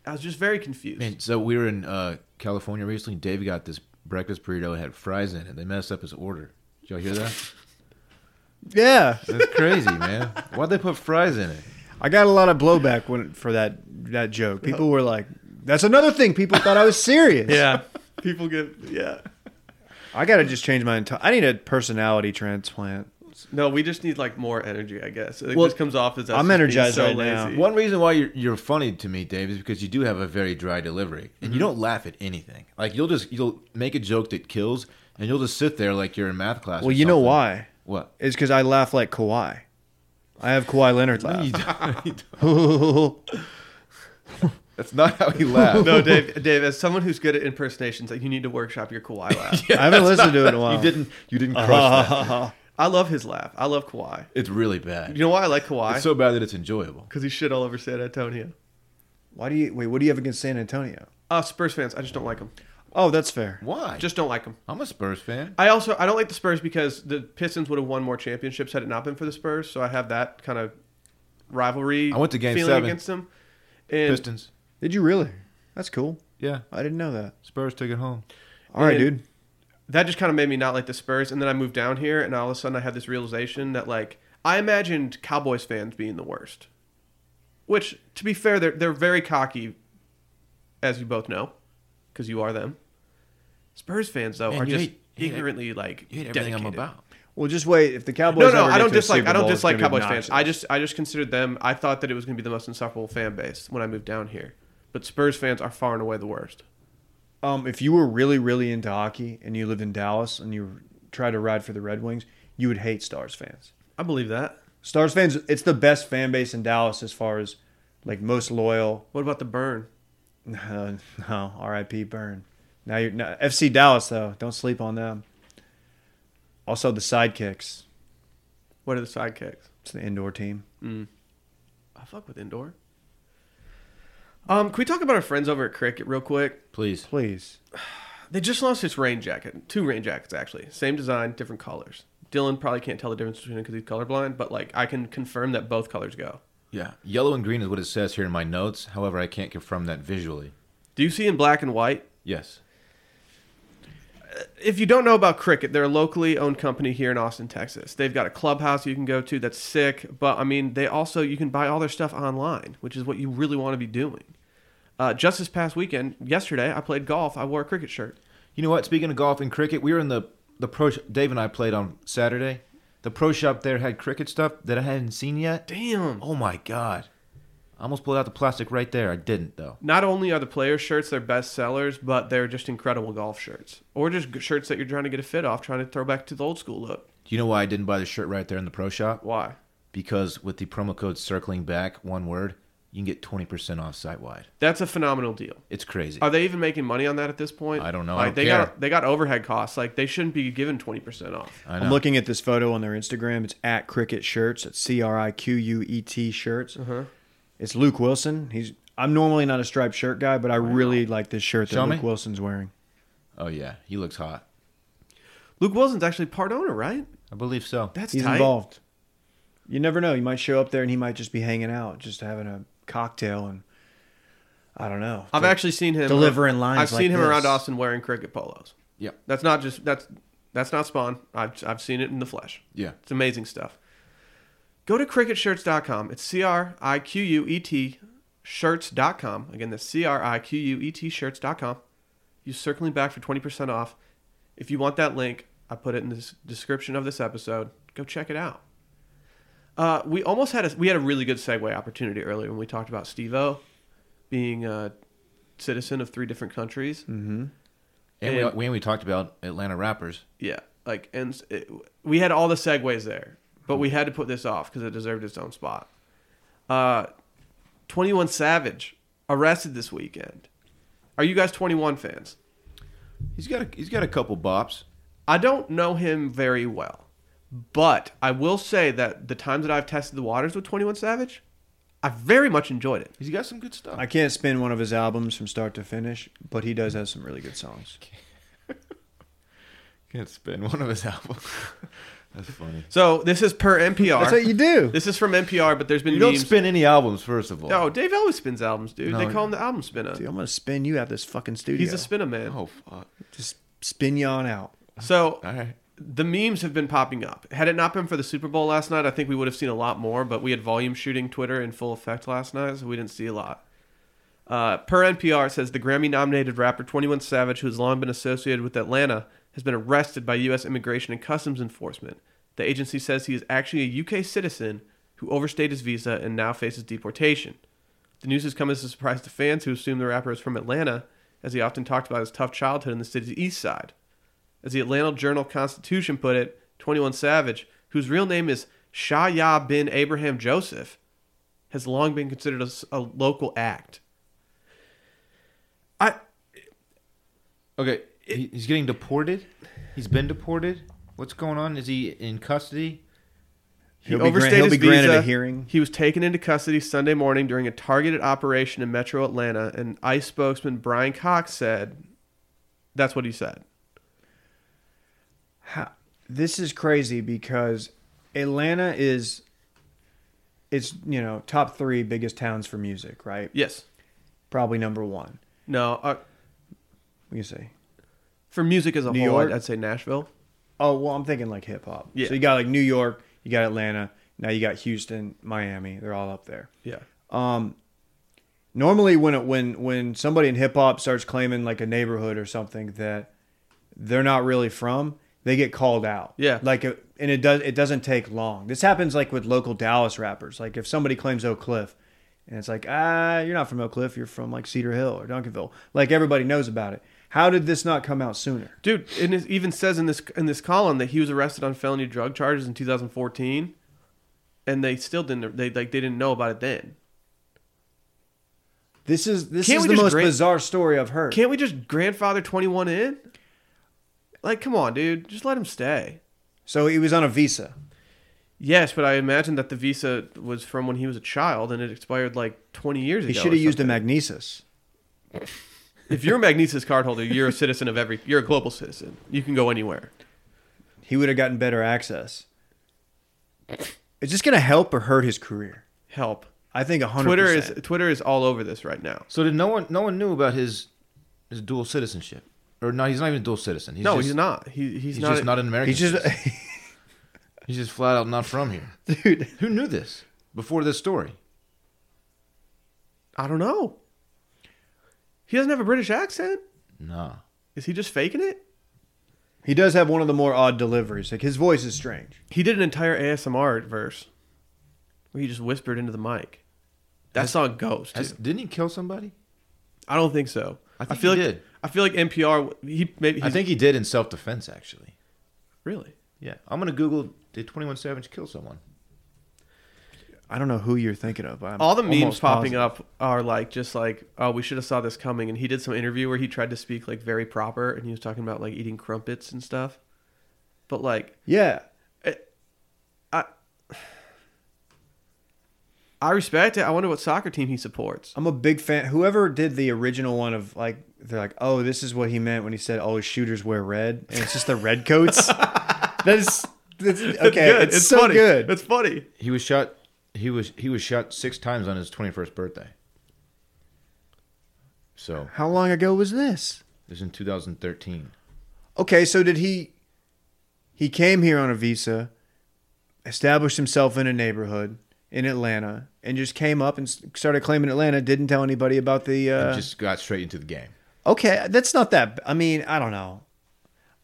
Speaker 1: i was just very confused [laughs]
Speaker 3: Man, so we were in uh, California recently. Dave got this breakfast burrito. It had fries in it. They messed up his order. Did y'all hear that?
Speaker 2: Yeah,
Speaker 3: That's crazy, man. Why'd they put fries in it?
Speaker 2: I got a lot of blowback when, for that that joke. People were like, "That's another thing." People thought I was serious.
Speaker 1: yeah people get yeah
Speaker 2: I gotta just change my entire. I need a personality transplant.
Speaker 1: no we just need like more energy i guess it
Speaker 2: Well,
Speaker 1: just comes off as us
Speaker 2: I'm
Speaker 1: just being
Speaker 2: energized
Speaker 1: so
Speaker 2: right now.
Speaker 1: lazy.
Speaker 3: One reason why you're, you're funny to me, Dave, is because you do have a very dry delivery, and you don't laugh at anything. Like you'll just you'll make a joke that kills, and you'll just sit there like you're in math class.
Speaker 2: Well,
Speaker 3: or
Speaker 2: you know
Speaker 3: something.
Speaker 2: why?
Speaker 3: What? [laughs]
Speaker 2: It's because I laugh like Kawhi. I have Kawhi Leonard
Speaker 3: You
Speaker 2: laugh.
Speaker 3: don't- you don't-
Speaker 2: I
Speaker 3: That's not how you laugh.
Speaker 1: no [laughs] dave dave as someone who's good at impersonations like, you need to workshop your Kawhi
Speaker 3: [laughs]
Speaker 1: laugh [laughs]
Speaker 2: haven't listened to it in a while.
Speaker 3: You didn't. You didn't crush that.
Speaker 1: i love his laugh i love Kawhi.
Speaker 3: It's really bad.
Speaker 1: you know why i like Kawhi?
Speaker 3: It's so bad that it's enjoyable.
Speaker 1: because he shit all over san antonio
Speaker 2: Why do you wait? What do you have against San Antonio?
Speaker 1: uh spurs fans i just don't like him
Speaker 2: Oh, that's fair.
Speaker 3: Why?
Speaker 1: just don't like him
Speaker 3: I'm a Spurs fan.
Speaker 1: I also I don't like the Spurs because the Pistons would have won more championships had it not been for the Spurs. So I have that kind of rivalry.
Speaker 3: I went to game
Speaker 1: feeling
Speaker 3: seven.
Speaker 1: against them. And
Speaker 3: Pistons.
Speaker 2: Did you really? That's cool.
Speaker 3: Yeah.
Speaker 2: I didn't know that.
Speaker 3: Spurs took it home.
Speaker 2: All right,
Speaker 1: And-
Speaker 2: dude.
Speaker 1: that just kind of made me not like the Spurs. And then I moved down here, and all of a sudden I had this realization that like I imagined Cowboys fans being the worst. Which, to be fair, they're they're very cocky, as you both know, because you are them. Spurs fans though
Speaker 3: Man,
Speaker 1: are
Speaker 3: you
Speaker 1: just
Speaker 3: hate- you hate-
Speaker 1: ignorantly like
Speaker 3: You hate everything I'm
Speaker 1: dedicated.
Speaker 3: about.
Speaker 2: Well, just wait. If the Cowboys,
Speaker 1: No, no,
Speaker 2: ever
Speaker 1: I
Speaker 2: get
Speaker 1: don't
Speaker 2: to a
Speaker 1: dislike.
Speaker 2: Super
Speaker 1: I don't
Speaker 2: Bowl, it's
Speaker 1: dislike
Speaker 2: gonna be
Speaker 1: Cowboys fans.
Speaker 2: obnoxious.
Speaker 1: I just, I just considered them. I thought that it was going to be the most insufferable fan base when I moved down here. But Spurs fans are far and away the worst.
Speaker 2: Um, if you were really, really into hockey and you lived in Dallas and you tried to ride for the Red Wings, you would hate Stars fans.
Speaker 1: I believe that.
Speaker 2: Stars fans, it's the best fan base in Dallas as far as like most loyal. [laughs]
Speaker 1: What about the burn?
Speaker 2: No, no R.I.P. Burn. Now you're no, FC Dallas though. Don't sleep on them. Also the sidekicks.
Speaker 1: What are the sidekicks?
Speaker 2: It's the indoor team.
Speaker 1: I fuck with indoor. Um, can we talk about our friends over at Cricket real quick?
Speaker 3: Please.
Speaker 2: Please.
Speaker 1: They just lost this rain jacket. Two rain jackets actually, same design, different colors. Dylan probably can't tell the difference between them because he's colorblind, but like I can confirm that both colors go.
Speaker 3: Yeah. Yellow and green is what it says here in my notes. However, I can't confirm that visually.
Speaker 1: Do you see in black and white?
Speaker 3: Yes.
Speaker 1: if you don't know about Cricket, they're a locally owned company here in Austin, Texas. They've got a clubhouse you can go to that's sick, but I mean, they also you can buy all their stuff online, which is what you really want to be doing. Uh, just this past weekend, yesterday, I played golf. I wore a cricket shirt.
Speaker 3: You know what? Speaking of golf and cricket, we were in the the pro. sh- Dave and I played on Saturday. The pro shop there had cricket stuff that I hadn't seen yet.
Speaker 1: Damn,
Speaker 3: Oh my god! I almost pulled out the plastic right there. I didn't though.
Speaker 1: Not only are the player shirts their best sellers, but they're just incredible golf shirts, or just g- shirts that you're trying to get a fit off, trying to throw back to the old school look.
Speaker 3: Do you know why I didn't buy the shirt right there in the pro shop?
Speaker 1: Why?
Speaker 3: Because with the promo code circling back, one word, you can get twenty percent off site wide.
Speaker 1: That's a phenomenal deal.
Speaker 3: It's crazy.
Speaker 1: Are they even making money on that at this point?
Speaker 3: I don't know. I
Speaker 1: Like
Speaker 3: don't
Speaker 1: they
Speaker 3: care.
Speaker 1: got they got overhead costs. Like they shouldn't be given twenty percent off.
Speaker 3: I know.
Speaker 2: I'm looking at this photo on their Instagram. It's at Cricket Shirts. It's C R I Q U E T Shirts.
Speaker 1: Uh-huh.
Speaker 2: It's Luke Wilson. He's. I'm normally not a striped shirt guy, but I really like this shirt that
Speaker 3: Show
Speaker 2: Luke
Speaker 3: me.
Speaker 2: Wilson's wearing.
Speaker 3: oh yeah, he looks hot.
Speaker 1: Luke Wilson's actually part owner, right?
Speaker 3: I believe so.
Speaker 1: That's
Speaker 2: He's
Speaker 1: tight.
Speaker 2: involved. You never know. You might show up there and he might just be hanging out, just having a cocktail and I don't know.
Speaker 1: I've actually seen him
Speaker 2: Delivering lines
Speaker 1: I've seen him
Speaker 2: like
Speaker 1: around
Speaker 2: this.
Speaker 1: Austin wearing cricket polos.
Speaker 3: Yeah.
Speaker 1: That's not just that's that's not spawn. I've I've seen it in the flesh.
Speaker 3: Yeah.
Speaker 1: It's amazing stuff. Go to cricketshirts.com. It's C R I Q U E T shirts.com. Again, that's C R I Q U E T shirts.com. Use circling back for 20% off. If you want that link, I put it in the s- description of this episode. Go check it out. Uh, we almost had a we had a really good segue opportunity earlier when we talked about Steve O being a citizen of three different countries.
Speaker 3: And,
Speaker 1: And-
Speaker 3: we, and we talked about Atlanta rappers.
Speaker 1: Yeah, like and s- it, we had all the segues there, but we had to put this off because it deserved its own spot. Uh, Twenty One Savage arrested this weekend. Are you guys Twenty One fans?
Speaker 3: He's got a, he's got a couple bops.
Speaker 1: I don't know him very well, but I will say that the times that I've tested the waters with Twenty One Savage, I very much enjoyed it.
Speaker 3: He's got some good stuff.
Speaker 2: I can't spin one of his albums from start to finish, but he does have some really good songs.
Speaker 3: can't spin one of his albums. [laughs] That's funny.
Speaker 1: So this is per
Speaker 2: That's what
Speaker 1: NPR.
Speaker 2: you do.
Speaker 1: This is from NPR, but there's been
Speaker 3: You don't
Speaker 1: memes.
Speaker 3: spin Oh, any albums, first of all.
Speaker 1: no, Dave always spins albums, dude.
Speaker 3: No.
Speaker 1: they call him the album spinner.
Speaker 2: Dude, I'm gonna spin you out this fucking studio.
Speaker 1: He's a spinner man.
Speaker 3: Oh fuck.
Speaker 2: Just spin you on out.
Speaker 1: So
Speaker 3: All right.
Speaker 1: the memes have been popping up. Had it not been for the Super Bowl last night, I think we would have seen a lot more, but we had volume shooting Twitter in full effect last night, so we didn't see a lot. Uh, per NPR, it says the Grammy nominated rapper 21 Savage, who has long been associated with Atlanta, has been arrested by U.S. Immigration and Customs Enforcement. The agency says he is actually a U.K. citizen who overstayed his visa and now faces deportation. The news has come as a surprise to fans who assume the rapper is from Atlanta, as he often talked about his tough childhood in the city's east side. As the Atlanta Journal Constitution put it, 21 Savage, whose real name is Shaya bin Abraham Joseph, has long been considered a, s- a local act. I
Speaker 3: Okay. He, he's getting deported. He's been deported. What's going on? Is he in custody?
Speaker 1: he
Speaker 2: He'll be gran-
Speaker 1: overstayed
Speaker 2: he'll
Speaker 1: his
Speaker 2: be granted
Speaker 1: visa.
Speaker 2: a hearing.
Speaker 1: He was taken into custody Sunday morning during a targeted operation in Metro Atlanta, and ICE spokesman Brian Cox said, "That's what he said."
Speaker 2: How, this is crazy because Atlanta is it's you know top three biggest towns for music, right?
Speaker 1: Yes.
Speaker 2: Probably number one.
Speaker 1: No. Uh,
Speaker 2: What do you say?
Speaker 1: for music as a
Speaker 2: New
Speaker 1: whole, I'd,
Speaker 2: York?
Speaker 1: I'd say Nashville.
Speaker 2: Oh well, I'm thinking like hip hop.
Speaker 1: Yeah.
Speaker 2: So you got like New York, you got Atlanta, now you got Houston, Miami. They're all up there.
Speaker 1: Yeah.
Speaker 2: Um, normally when it, when when somebody in hip hop starts claiming like a neighborhood or something that they're not really from, they get called out.
Speaker 1: Yeah.
Speaker 2: Like it, and it does it doesn't take long. This happens like with local Dallas rappers. Like if somebody claims Oak Cliff and it's like, "Ah, you're not from Oak Cliff, you're from like Cedar Hill or Duncanville." Like everybody knows about it. How did this not come out sooner?
Speaker 1: dude and it even says in this in this column that he was arrested on felony drug charges in 2014 and they still didn't they like they didn't know about it then
Speaker 2: This is this
Speaker 1: Can't
Speaker 2: is
Speaker 1: we
Speaker 2: the
Speaker 1: just
Speaker 2: most
Speaker 1: grant-
Speaker 2: bizarre story I've heard.
Speaker 1: can't we just grandfather 21 in like come on dude just let him stay
Speaker 2: So he was on a visa.
Speaker 1: yes but i imagine that the visa was from when he was a child and it expired like 20 years
Speaker 2: He
Speaker 1: ago
Speaker 2: should
Speaker 1: or
Speaker 2: have used a
Speaker 1: something.
Speaker 2: magnesis.
Speaker 1: if you're a magnesis cardholder you're a citizen of every you're a global citizen you can go anywhere
Speaker 2: He would have gotten better access. Is this going to help or hurt his career?
Speaker 1: help
Speaker 2: I think 100%.
Speaker 1: twitter is twitter is all over this right now
Speaker 3: So did no one? No one knew about his his dual citizenship, or no? He's not even a dual citizen. He's
Speaker 1: no
Speaker 3: just,
Speaker 1: he's not he, he's,
Speaker 3: He's,
Speaker 1: not
Speaker 3: just not an American.
Speaker 2: He's just [laughs]
Speaker 3: citizen. he's just flat out not from
Speaker 1: [laughs]
Speaker 3: here.
Speaker 2: dude.
Speaker 3: Who knew this before this story?
Speaker 1: I don't know. He doesn't have a British accent.
Speaker 3: Nah.
Speaker 1: Is he just faking it?
Speaker 2: He does have one of the more odd deliveries. Like his voice is strange.
Speaker 1: He did an entire ASMR verse where he just whispered into the mic. That song goes.
Speaker 3: Has-
Speaker 1: dude.
Speaker 3: didn't he kill somebody?
Speaker 1: I don't think so.
Speaker 3: I think
Speaker 1: feel
Speaker 3: he
Speaker 1: like
Speaker 3: did.
Speaker 1: I feel like NPR. He maybe
Speaker 3: I
Speaker 1: he's,
Speaker 3: think he did in self defense, actually.
Speaker 1: really.
Speaker 3: Yeah, I'm gonna Google did 21 Savage kill someone?
Speaker 2: I don't know who you're thinking of. I'm
Speaker 1: All the memes
Speaker 2: almost
Speaker 1: popping
Speaker 2: positive.
Speaker 1: up are like just like oh we should have saw this coming. And he did some interview where he tried to speak like very proper and he was talking about like eating crumpets and stuff. But like
Speaker 2: Yeah,
Speaker 1: I respect it. I wonder what soccer team he supports.
Speaker 2: I'm a big fan. Whoever did the original one of like, they're like, oh, this is what he meant when he said all his shooters wear red, and it's just the
Speaker 1: [laughs]
Speaker 2: red coats. That's that's [laughs] okay.
Speaker 1: It's good.
Speaker 2: It's, so
Speaker 1: funny.
Speaker 2: good.
Speaker 1: It's funny.
Speaker 3: He was shot. He was he was shot six times on his 21st birthday. So
Speaker 2: How long ago was this?
Speaker 3: this is in 2013.
Speaker 2: Okay, so did he? He came here on a visa, established himself in a neighborhood in Atlanta, and just came up and s- started claiming Atlanta. Didn't tell anybody about the.
Speaker 3: and
Speaker 2: Uh,
Speaker 3: just got straight into the game.
Speaker 2: okay, that's not that. b- I mean, I don't know.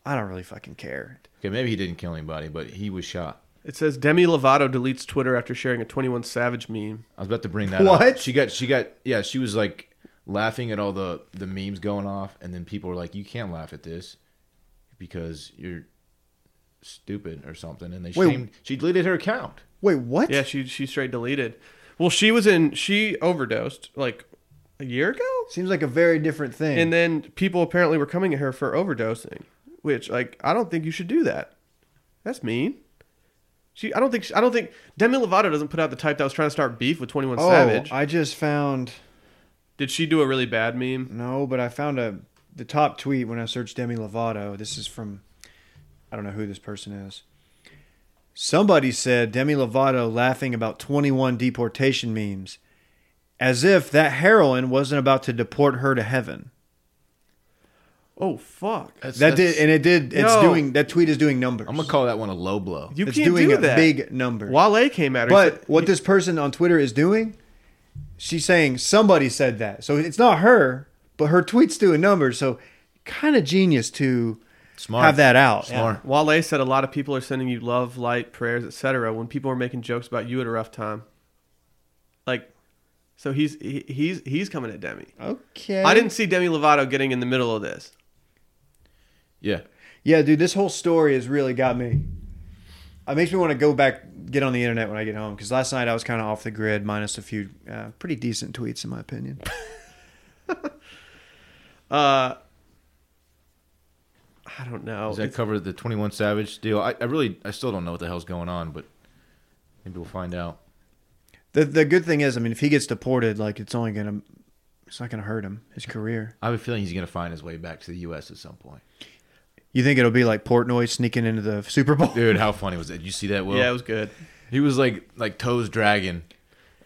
Speaker 2: I don't really fucking care.
Speaker 3: Okay, maybe he didn't kill anybody, but he was shot.
Speaker 1: It says Demi Lovato deletes Twitter after sharing a 21 Savage meme.
Speaker 3: I was about to bring that
Speaker 2: What?
Speaker 3: up. She got she got yeah, she was like laughing at all the the memes going off and then people were like you can't laugh at this because you're stupid or something and they
Speaker 2: Wait.
Speaker 3: shamed she deleted her account.
Speaker 2: Wait, what?
Speaker 1: Yeah, she she straight deleted. Well, she was in she overdosed like a year ago,
Speaker 2: Seems like a very different thing.
Speaker 1: and then people apparently were coming at her for overdosing, which like I don't think you should do that. That's mean. She I don't think I don't think Demi Lovato doesn't put out the type that was trying to start beef with 21
Speaker 2: oh,
Speaker 1: Savage.
Speaker 2: I just found
Speaker 1: Did she do a really bad meme?
Speaker 2: no, but I found a the top tweet when I searched Demi Lovato. This is from I don't know who this person is. Somebody said Demi Lovato laughing about 21 deportation memes as if that heroin wasn't about to deport her to heaven.
Speaker 1: Oh fuck.
Speaker 2: that did and it did it's
Speaker 1: No.
Speaker 2: doing that tweet is doing numbers.
Speaker 3: I'm gonna call that one a low blow.
Speaker 1: You
Speaker 2: it's
Speaker 1: can't
Speaker 2: doing
Speaker 1: do
Speaker 2: a
Speaker 1: that.
Speaker 2: big number.
Speaker 1: Wale came at her. He
Speaker 2: But
Speaker 1: said-
Speaker 2: what this person on Twitter is doing, she's saying somebody said that. So it's not her, but her tweet's doing numbers. So kind of genius to
Speaker 3: Smart.
Speaker 2: have that out.
Speaker 3: Smart.
Speaker 1: Wale said a lot of people are sending you love, light, prayers, etc. When people are making jokes about you at a rough time, like, so he's he, he's he's coming at Demi.
Speaker 2: Yeah. Okay.
Speaker 1: I didn't see Demi Lovato getting in the middle of this.
Speaker 3: Yeah.
Speaker 2: Yeah, dude, this whole story has really got me. It makes me want to go back, get on the internet when I get home. Because last night I was kind of off the grid, minus a few uh, pretty decent tweets, in my opinion.
Speaker 1: Uh, I don't know.
Speaker 3: Does that cover the 21 Savage deal? I, I really I still don't know what the hell's going on, but maybe we'll find out.
Speaker 2: the The good thing is, I mean, if he gets deported, like it's only gonna, it's not gonna hurt him his career.
Speaker 3: I have a feeling he's gonna find his way back to the U.S. at some point.
Speaker 2: You think it'll be like Portnoy sneaking into the Super Bowl?
Speaker 3: Dude, how funny was that? Did you see that? Will?
Speaker 1: yeah, it was good.
Speaker 3: He was like like toes dragging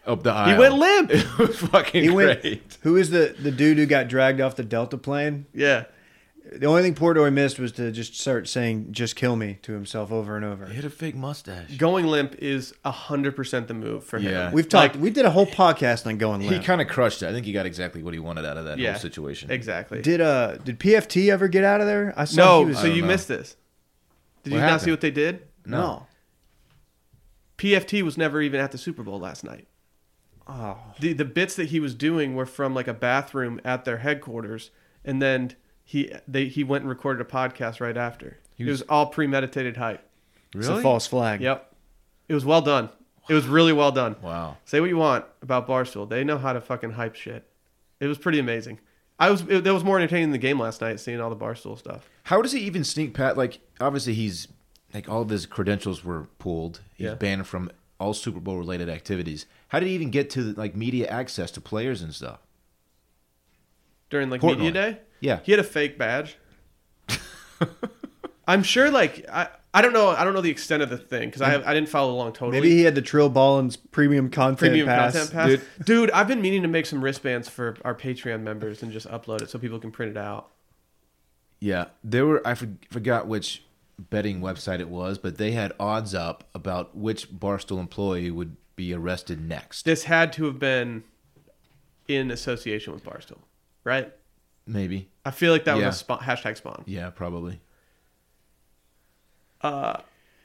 Speaker 3: up the aisle.
Speaker 1: He went limp. [laughs]
Speaker 3: [laughs] It was fucking
Speaker 2: He
Speaker 3: great.
Speaker 2: went. Who is the the dude who got dragged off the Delta plane?
Speaker 1: Yeah,
Speaker 2: The only thing Portnoy missed was to just start saying "just kill me" to himself over and over.
Speaker 3: He had a fake mustache.
Speaker 1: going limp is hundred percent the move for
Speaker 3: Yeah.
Speaker 1: him.
Speaker 2: We've talked. we did a whole podcast on going
Speaker 3: He
Speaker 2: limp.
Speaker 3: kind of crushed it. I think he got exactly what he wanted out of that
Speaker 1: Yeah,
Speaker 3: whole situation.
Speaker 1: exactly.
Speaker 2: did uh did PFT ever get out of there? I saw
Speaker 1: no,
Speaker 2: he was,
Speaker 1: so
Speaker 3: don't
Speaker 1: you
Speaker 3: know.
Speaker 1: missed this. Did
Speaker 3: What
Speaker 1: you not
Speaker 3: happened?
Speaker 1: see what they did?
Speaker 2: [laughs] no.
Speaker 1: PFT was never even at the Super Bowl last night.
Speaker 2: Oh,
Speaker 1: the the bits that he was doing were from like a bathroom at their headquarters, and then he they he went and recorded a podcast right after. it was all premeditated hype.
Speaker 2: it's
Speaker 3: really?
Speaker 2: a false flag.
Speaker 1: Yep, it was well done. It was really well done.
Speaker 3: Wow.
Speaker 1: Say what you want about Barstool, they know how to fucking hype shit. It was pretty amazing. I was it, that was more entertaining than the game last night, seeing all the Barstool stuff.
Speaker 3: How does he even sneak pat? Like obviously he's like all of his credentials were pulled. He's
Speaker 1: Yeah.
Speaker 3: banned from all Super Bowl related activities. How did he even get to like media access to players and stuff?
Speaker 1: during like
Speaker 3: Portnoy.
Speaker 1: media day.
Speaker 3: Yeah.
Speaker 1: he had a fake
Speaker 2: [laughs]
Speaker 1: badge. I'm sure, like I, I don't know, I don't know the extent of the thing because I, have- I didn't follow along totally.
Speaker 2: Maybe he had the Trill Ballins premium content
Speaker 1: premium
Speaker 2: pass.
Speaker 1: content pass, dude. I've been meaning to make some wristbands for our Patreon members and just upload it so people can print it out.
Speaker 3: Yeah, there were. I for, forgot which betting website it was, but they had odds up about which Barstool employee would be arrested next.
Speaker 1: This had to have been in association with Barstool, right?
Speaker 3: Maybe.
Speaker 1: I feel like that
Speaker 3: Yeah.
Speaker 1: was a spawn, hashtag spawn.
Speaker 3: Yeah, probably.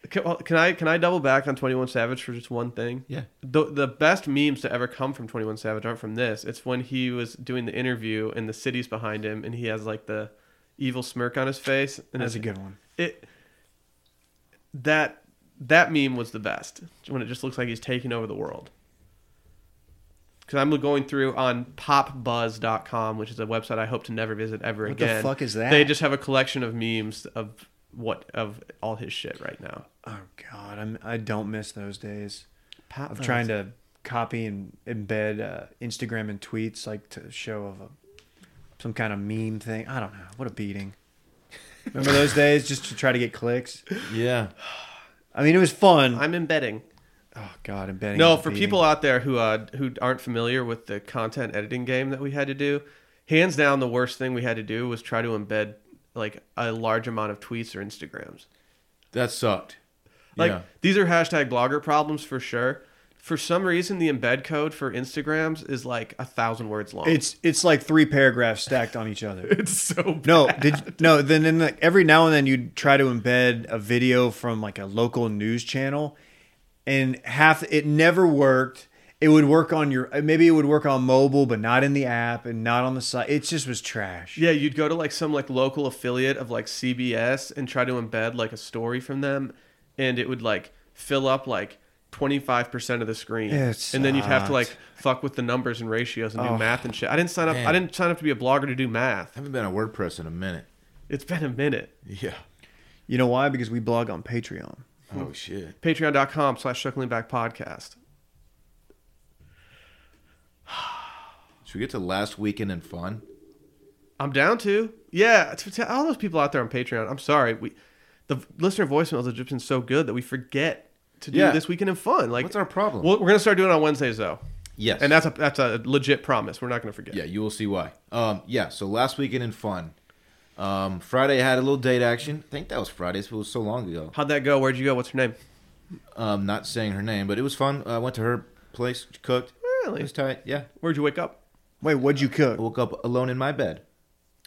Speaker 1: Can, well, can I can I double back on Twenty One Savage for just one thing?
Speaker 3: Yeah.
Speaker 1: The the best memes to ever come from Twenty One Savage aren't from this. It's when he was doing the interview and the city's behind him, and he has like the evil smirk on his face, and
Speaker 2: That's
Speaker 1: it's
Speaker 2: a good one.
Speaker 1: it that that meme was the best when it just looks like he's taking over the world because i'm going through on popbuzz.com which is a website i hope to never visit ever
Speaker 2: What the
Speaker 1: again
Speaker 2: fuck is that?
Speaker 1: they just have a collection of memes of what of all his shit right now
Speaker 2: Oh God, I'm I don't miss those days
Speaker 1: Pop
Speaker 2: of trying to copy and embed uh, Instagram and tweets like to show of a, some kind of meme thing. I don't know. What
Speaker 1: [laughs]
Speaker 2: a beating. Remember those days just to try to get clicks?
Speaker 3: Yeah.
Speaker 2: I mean, it was fun.
Speaker 1: i'm embedding
Speaker 2: oh God, embedding.
Speaker 1: No,
Speaker 2: is a
Speaker 1: for
Speaker 2: beating.
Speaker 1: people out there who uh, who aren't familiar with the content editing game that we had to do, hands down the worst thing we had to do was try to embed like a large amount of tweets or Instagrams.
Speaker 3: That sucked.
Speaker 1: Like
Speaker 3: yeah.
Speaker 1: these are hashtag blogger problems for sure. For some reason, the embed code for Instagrams is like a thousand words
Speaker 2: [laughs]
Speaker 1: long.
Speaker 2: it's it's like three paragraphs stacked on each other.
Speaker 1: it's so bad.
Speaker 2: No, did no. Then then like every now and then you'd try to embed a video from like a local news channel, and half it never worked. It would work on your uh, maybe it would work on mobile, but not in the app and not on the site. It just was trash.
Speaker 1: Yeah, you'd go to like some like local affiliate of like CBS and try to embed like a story from them, and it would like fill up like twenty five percent of the screen,
Speaker 2: It
Speaker 1: and then you'd have to like
Speaker 2: sucked.
Speaker 1: fuck with the numbers and ratios and do
Speaker 2: Oh.
Speaker 1: math and shit. I didn't sign up. I
Speaker 3: Man.
Speaker 1: didn't sign up to be a blogger to do math.
Speaker 3: haven't been on WordPress in a minute.
Speaker 1: It's been a minute.
Speaker 3: Yeah.
Speaker 2: You know why? Because we blog on Patreon.
Speaker 3: Oh shit.
Speaker 1: Patreon.com slash Shuckling Back Podcast.
Speaker 3: Should we get to last weekend in fun?
Speaker 1: I'm down to yeah. To, to all those people out there on Patreon, I'm sorry. We the listener voicemails have just been so good that we forget to do
Speaker 3: Yeah.
Speaker 1: this weekend in fun. Like
Speaker 3: What's our problem?
Speaker 1: We'll- we're gonna start doing it on Wednesdays though.
Speaker 3: Yes.
Speaker 1: And that's a that's a legit promise. We're not going to forget.
Speaker 3: Yeah, you will see why. Um, yeah, so last weekend in fun. Um, Friday I had a little date action. I think that was Friday. so It was so long ago.
Speaker 1: How'd that go? Where'd you go? What's her name?
Speaker 3: Um, not saying her name, but it was fun. I went to her place, she cooked. It
Speaker 1: Really?
Speaker 3: was tight. Yeah,
Speaker 1: Where'd you wake up?
Speaker 2: Wait, what'd you
Speaker 3: I
Speaker 2: cook?
Speaker 3: woke up alone in my bed.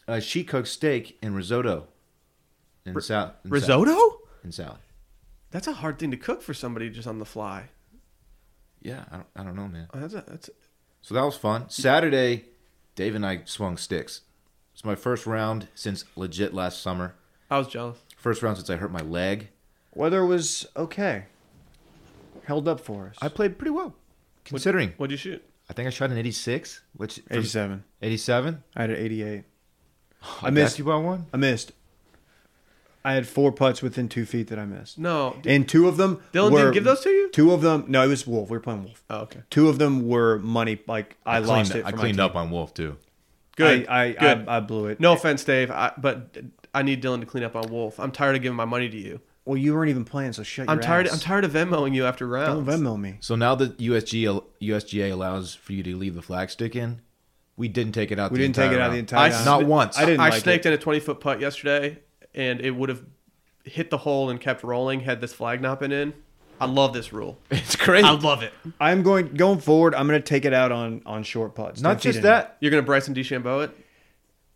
Speaker 3: Uh, she cooked steak and risotto. And sal- and sal-
Speaker 1: Risotto?
Speaker 3: and salad.
Speaker 1: That's a hard thing to cook for somebody just on the fly.
Speaker 3: Yeah, I don't, I don't know, man.
Speaker 1: Oh, That's a, that's
Speaker 3: So that was fun. Saturday, Dave and I swung sticks. It's my first round since legit last summer.
Speaker 1: I was jealous.
Speaker 3: First round since I hurt my leg.
Speaker 2: Weather was okay. Held up for us.
Speaker 3: I played pretty well, considering.
Speaker 1: What'd you shoot?
Speaker 3: I think I shot an 86, which from-
Speaker 2: 87.
Speaker 3: 87.
Speaker 2: I had an 88.
Speaker 3: I,
Speaker 2: missed-
Speaker 3: missed you by one.
Speaker 2: I missed. I had four putts within two feet that I missed.
Speaker 1: No.
Speaker 2: And two of them.
Speaker 1: Dylan
Speaker 2: were-
Speaker 1: didn't give those to you?
Speaker 2: Two of them. No, it was Wolf. We were playing Wolf.
Speaker 1: Oh, okay.
Speaker 2: Two of them were money. Like I,
Speaker 3: cleaned,
Speaker 2: lost it. For
Speaker 3: I
Speaker 2: my
Speaker 3: cleaned
Speaker 2: team.
Speaker 3: up on Wolf too.
Speaker 1: Good.
Speaker 2: I I,
Speaker 1: Good.
Speaker 2: I I blew it.
Speaker 1: no offense, Dave, I, but I need Dylan to clean up on Wolf. I'm tired of giving my money to you.
Speaker 2: Well, you weren't even playing, so shut
Speaker 1: I'm
Speaker 2: your
Speaker 1: tired.
Speaker 2: ass.
Speaker 1: I'm tired of Venmoing you after
Speaker 2: Don't
Speaker 1: rounds.
Speaker 2: Venmo me.
Speaker 3: So now that USG al- USGA allows for you to leave the flag stick in, we didn't take it out.
Speaker 2: We
Speaker 3: the
Speaker 2: didn't take
Speaker 3: entire
Speaker 2: it out
Speaker 3: round.
Speaker 2: the entire.
Speaker 1: I
Speaker 2: round.
Speaker 3: Not once.
Speaker 2: I didn't.
Speaker 1: I
Speaker 2: like
Speaker 1: snaked
Speaker 2: it.
Speaker 1: in a 20 foot putt yesterday, and it would have hit the hole and kept rolling had this flag not been in. I love this rule.
Speaker 3: [laughs] It's crazy.
Speaker 1: I love it.
Speaker 2: I'm going going forward. I'm going to take it out on on short putts.
Speaker 3: Not
Speaker 2: 10 feet
Speaker 3: just
Speaker 2: in.
Speaker 3: that,
Speaker 1: You're gonna Bryson DeChambeau it.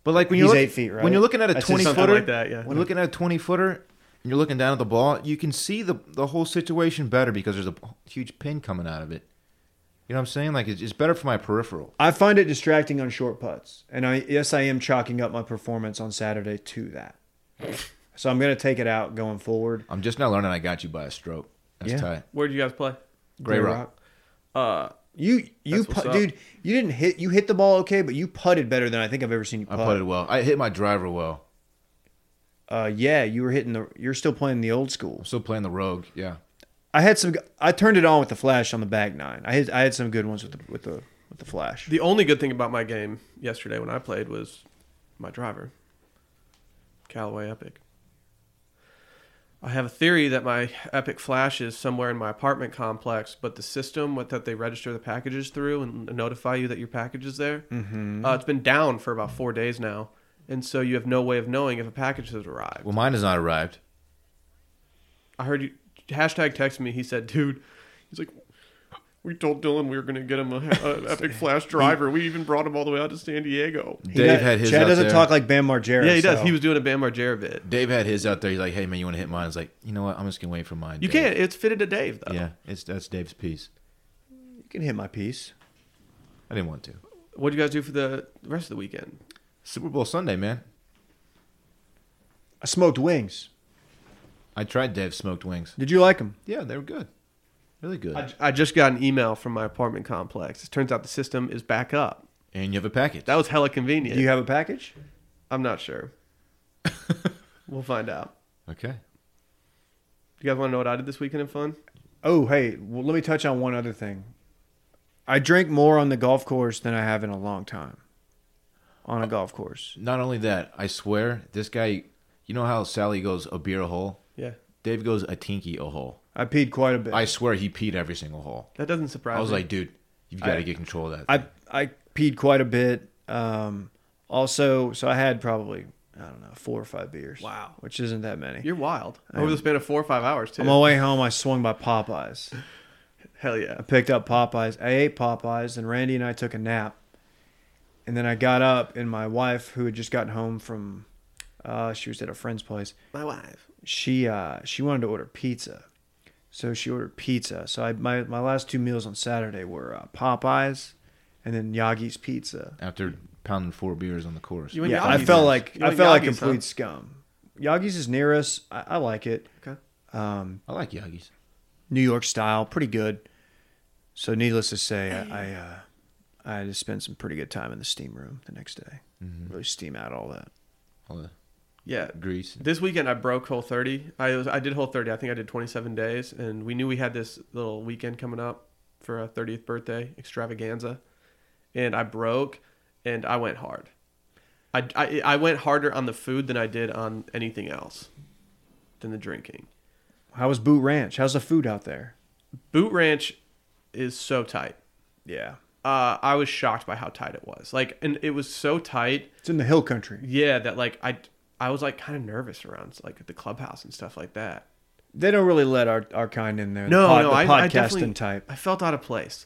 Speaker 3: but like when
Speaker 2: He's
Speaker 3: you're look-
Speaker 2: eight feet, right?
Speaker 3: when you're looking at a
Speaker 2: I said
Speaker 3: twenty
Speaker 1: something
Speaker 3: footer,
Speaker 1: like that, yeah.
Speaker 3: When looking at a twenty footer, and you're looking down at the ball, you can see the the whole situation better because there's a huge pin coming out of it. You know what I'm saying? Like it's, it's better for my peripheral.
Speaker 2: I find it distracting on short putts, and I yes, I am chalking up my performance on Saturday to that. So I'm going to take it out going forward.
Speaker 3: I'm just now learning I got you by a stroke. That's
Speaker 2: Yeah.
Speaker 3: tight.
Speaker 1: Where'd you guys play?
Speaker 3: Grey Rock.
Speaker 1: Uh,
Speaker 2: You you
Speaker 1: That's what's
Speaker 2: put,
Speaker 1: up.
Speaker 2: dude, you didn't hit. You hit the ball okay, but you putted better than I think I've ever seen you
Speaker 3: I
Speaker 2: putt.
Speaker 3: putted well. I hit my driver well.
Speaker 2: Uh, yeah, you were hitting the. You're still playing the old school.
Speaker 3: I'm still playing the rogue. Yeah.
Speaker 2: I had some. I turned it on with the flash on the back nine. I had I had some good ones with the with the with the flash.
Speaker 1: the only good thing about my game yesterday when I played was my driver, Callaway Epic. I have a theory that my Epic Flash is somewhere in my apartment complex, but the system with, that they register the packages through and notify you that your package is there, uh, it's been down for about four days now, and so you have no way of knowing if a package has arrived.
Speaker 3: Well, mine has not arrived.
Speaker 1: I heard you hashtag text me. He said, "Dude, he's like, we told Dylan we were going to get him a, a
Speaker 3: [laughs]
Speaker 1: epic flash driver. We even brought him all the way out to San Diego.
Speaker 2: He
Speaker 3: Dave
Speaker 2: got-
Speaker 3: had his.
Speaker 2: Chad
Speaker 3: out
Speaker 2: doesn't
Speaker 3: there.
Speaker 2: talk like Bam Margera.
Speaker 1: Yeah, he does.
Speaker 2: so-
Speaker 1: He was doing a Bam Margera bit.
Speaker 3: Dave had his out there. He's like, "Hey man, you want to hit mine?" I was like, "You know what? I'm just gonna wait for mine."
Speaker 1: You
Speaker 3: Dave."
Speaker 1: can't. It's fitted to Dave though.
Speaker 3: Yeah, it's that's Dave's piece.
Speaker 2: You can hit my piece.
Speaker 3: I didn't want to.
Speaker 1: What do you guys do for the rest of the weekend?
Speaker 3: Super Bowl Sunday, man.
Speaker 2: I smoked wings.
Speaker 3: I tried Dave's smoked wings.
Speaker 2: Did you like them?
Speaker 3: Yeah, they were good. Really good.
Speaker 1: I, I just got an email from my apartment complex. It turns out the system is back up.
Speaker 3: and you have a package.
Speaker 1: That was hella convenient.
Speaker 2: Do you have a package?
Speaker 1: I'm not
Speaker 3: [laughs]
Speaker 1: sure. we'll find out.
Speaker 3: okay.
Speaker 1: Do you guys want to know what I did this weekend in fun?
Speaker 2: Oh, hey, well, let me touch on one other thing. I drink more on the golf course than I have in a long time. On a golf course.
Speaker 3: Not only that, I swear this guy. You know how Sally goes a beer a hole.
Speaker 1: Yeah.
Speaker 3: Dave goes a tinky a hole.
Speaker 2: I peed quite a bit.
Speaker 3: I swear he peed every single hole.
Speaker 1: That doesn't surprise me.
Speaker 3: I was like, dude, you've got
Speaker 2: I-
Speaker 3: to get control of that.
Speaker 2: I I peed quite a bit. Um, also, so I had probably I don't know four or five beers.
Speaker 1: Wow.
Speaker 2: which isn't that many.
Speaker 1: You're wild. Over the span of four or five hours, too.
Speaker 2: on my way home, I swung by Popeyes.
Speaker 1: Hell yeah.
Speaker 2: I picked up Popeyes. I ate Popeyes, and Randy and I took a nap. And then I got up, and my wife, who had just gotten home from, uh, she was at a friend's place.
Speaker 1: My wife.
Speaker 2: She uh, she wanted to order pizza, so she ordered pizza. So I my, my last two meals on Saturday were uh, Popeyes, and then Yagi's Pizza.
Speaker 3: After pounding four beers on the course.
Speaker 1: You went
Speaker 2: yeah,
Speaker 1: Yagi's
Speaker 2: I felt
Speaker 1: then.
Speaker 2: like
Speaker 1: You
Speaker 2: I
Speaker 1: went
Speaker 2: felt like
Speaker 1: Yagi's, huh?
Speaker 2: complete scum. Yagi's is near us. I, I like it.
Speaker 1: Okay.
Speaker 2: Um,
Speaker 3: I like Yagis.
Speaker 2: New York style, pretty good. So, needless to say, I I, uh, I had to spend some pretty good time in the steam room the next day.
Speaker 3: Mm-hmm.
Speaker 2: Really steam out all that.
Speaker 3: All the
Speaker 1: Yeah.
Speaker 3: grease.
Speaker 1: This weekend I broke Whole 30. I was I did Whole 30. I think I did 27 days, and we knew we had this little weekend coming up for our 30th birthday extravaganza, and I broke, and I went hard. I, I, I went harder on the food than I did on anything else, than the drinking.
Speaker 2: How was Boot Ranch? How's the food out there?
Speaker 1: Boot Ranch is so tight.
Speaker 2: Yeah,
Speaker 1: Uh, I was shocked by how tight it was. Like, and it was so tight
Speaker 2: it's in the hill country.
Speaker 1: Yeah, that like I I was like kind of nervous around like the clubhouse and stuff like that.
Speaker 2: They don't really let our, our kind in there. The
Speaker 1: No,
Speaker 2: pod-
Speaker 1: no,
Speaker 2: the
Speaker 1: I, I definitely
Speaker 2: podcasting type.
Speaker 1: I felt out of place.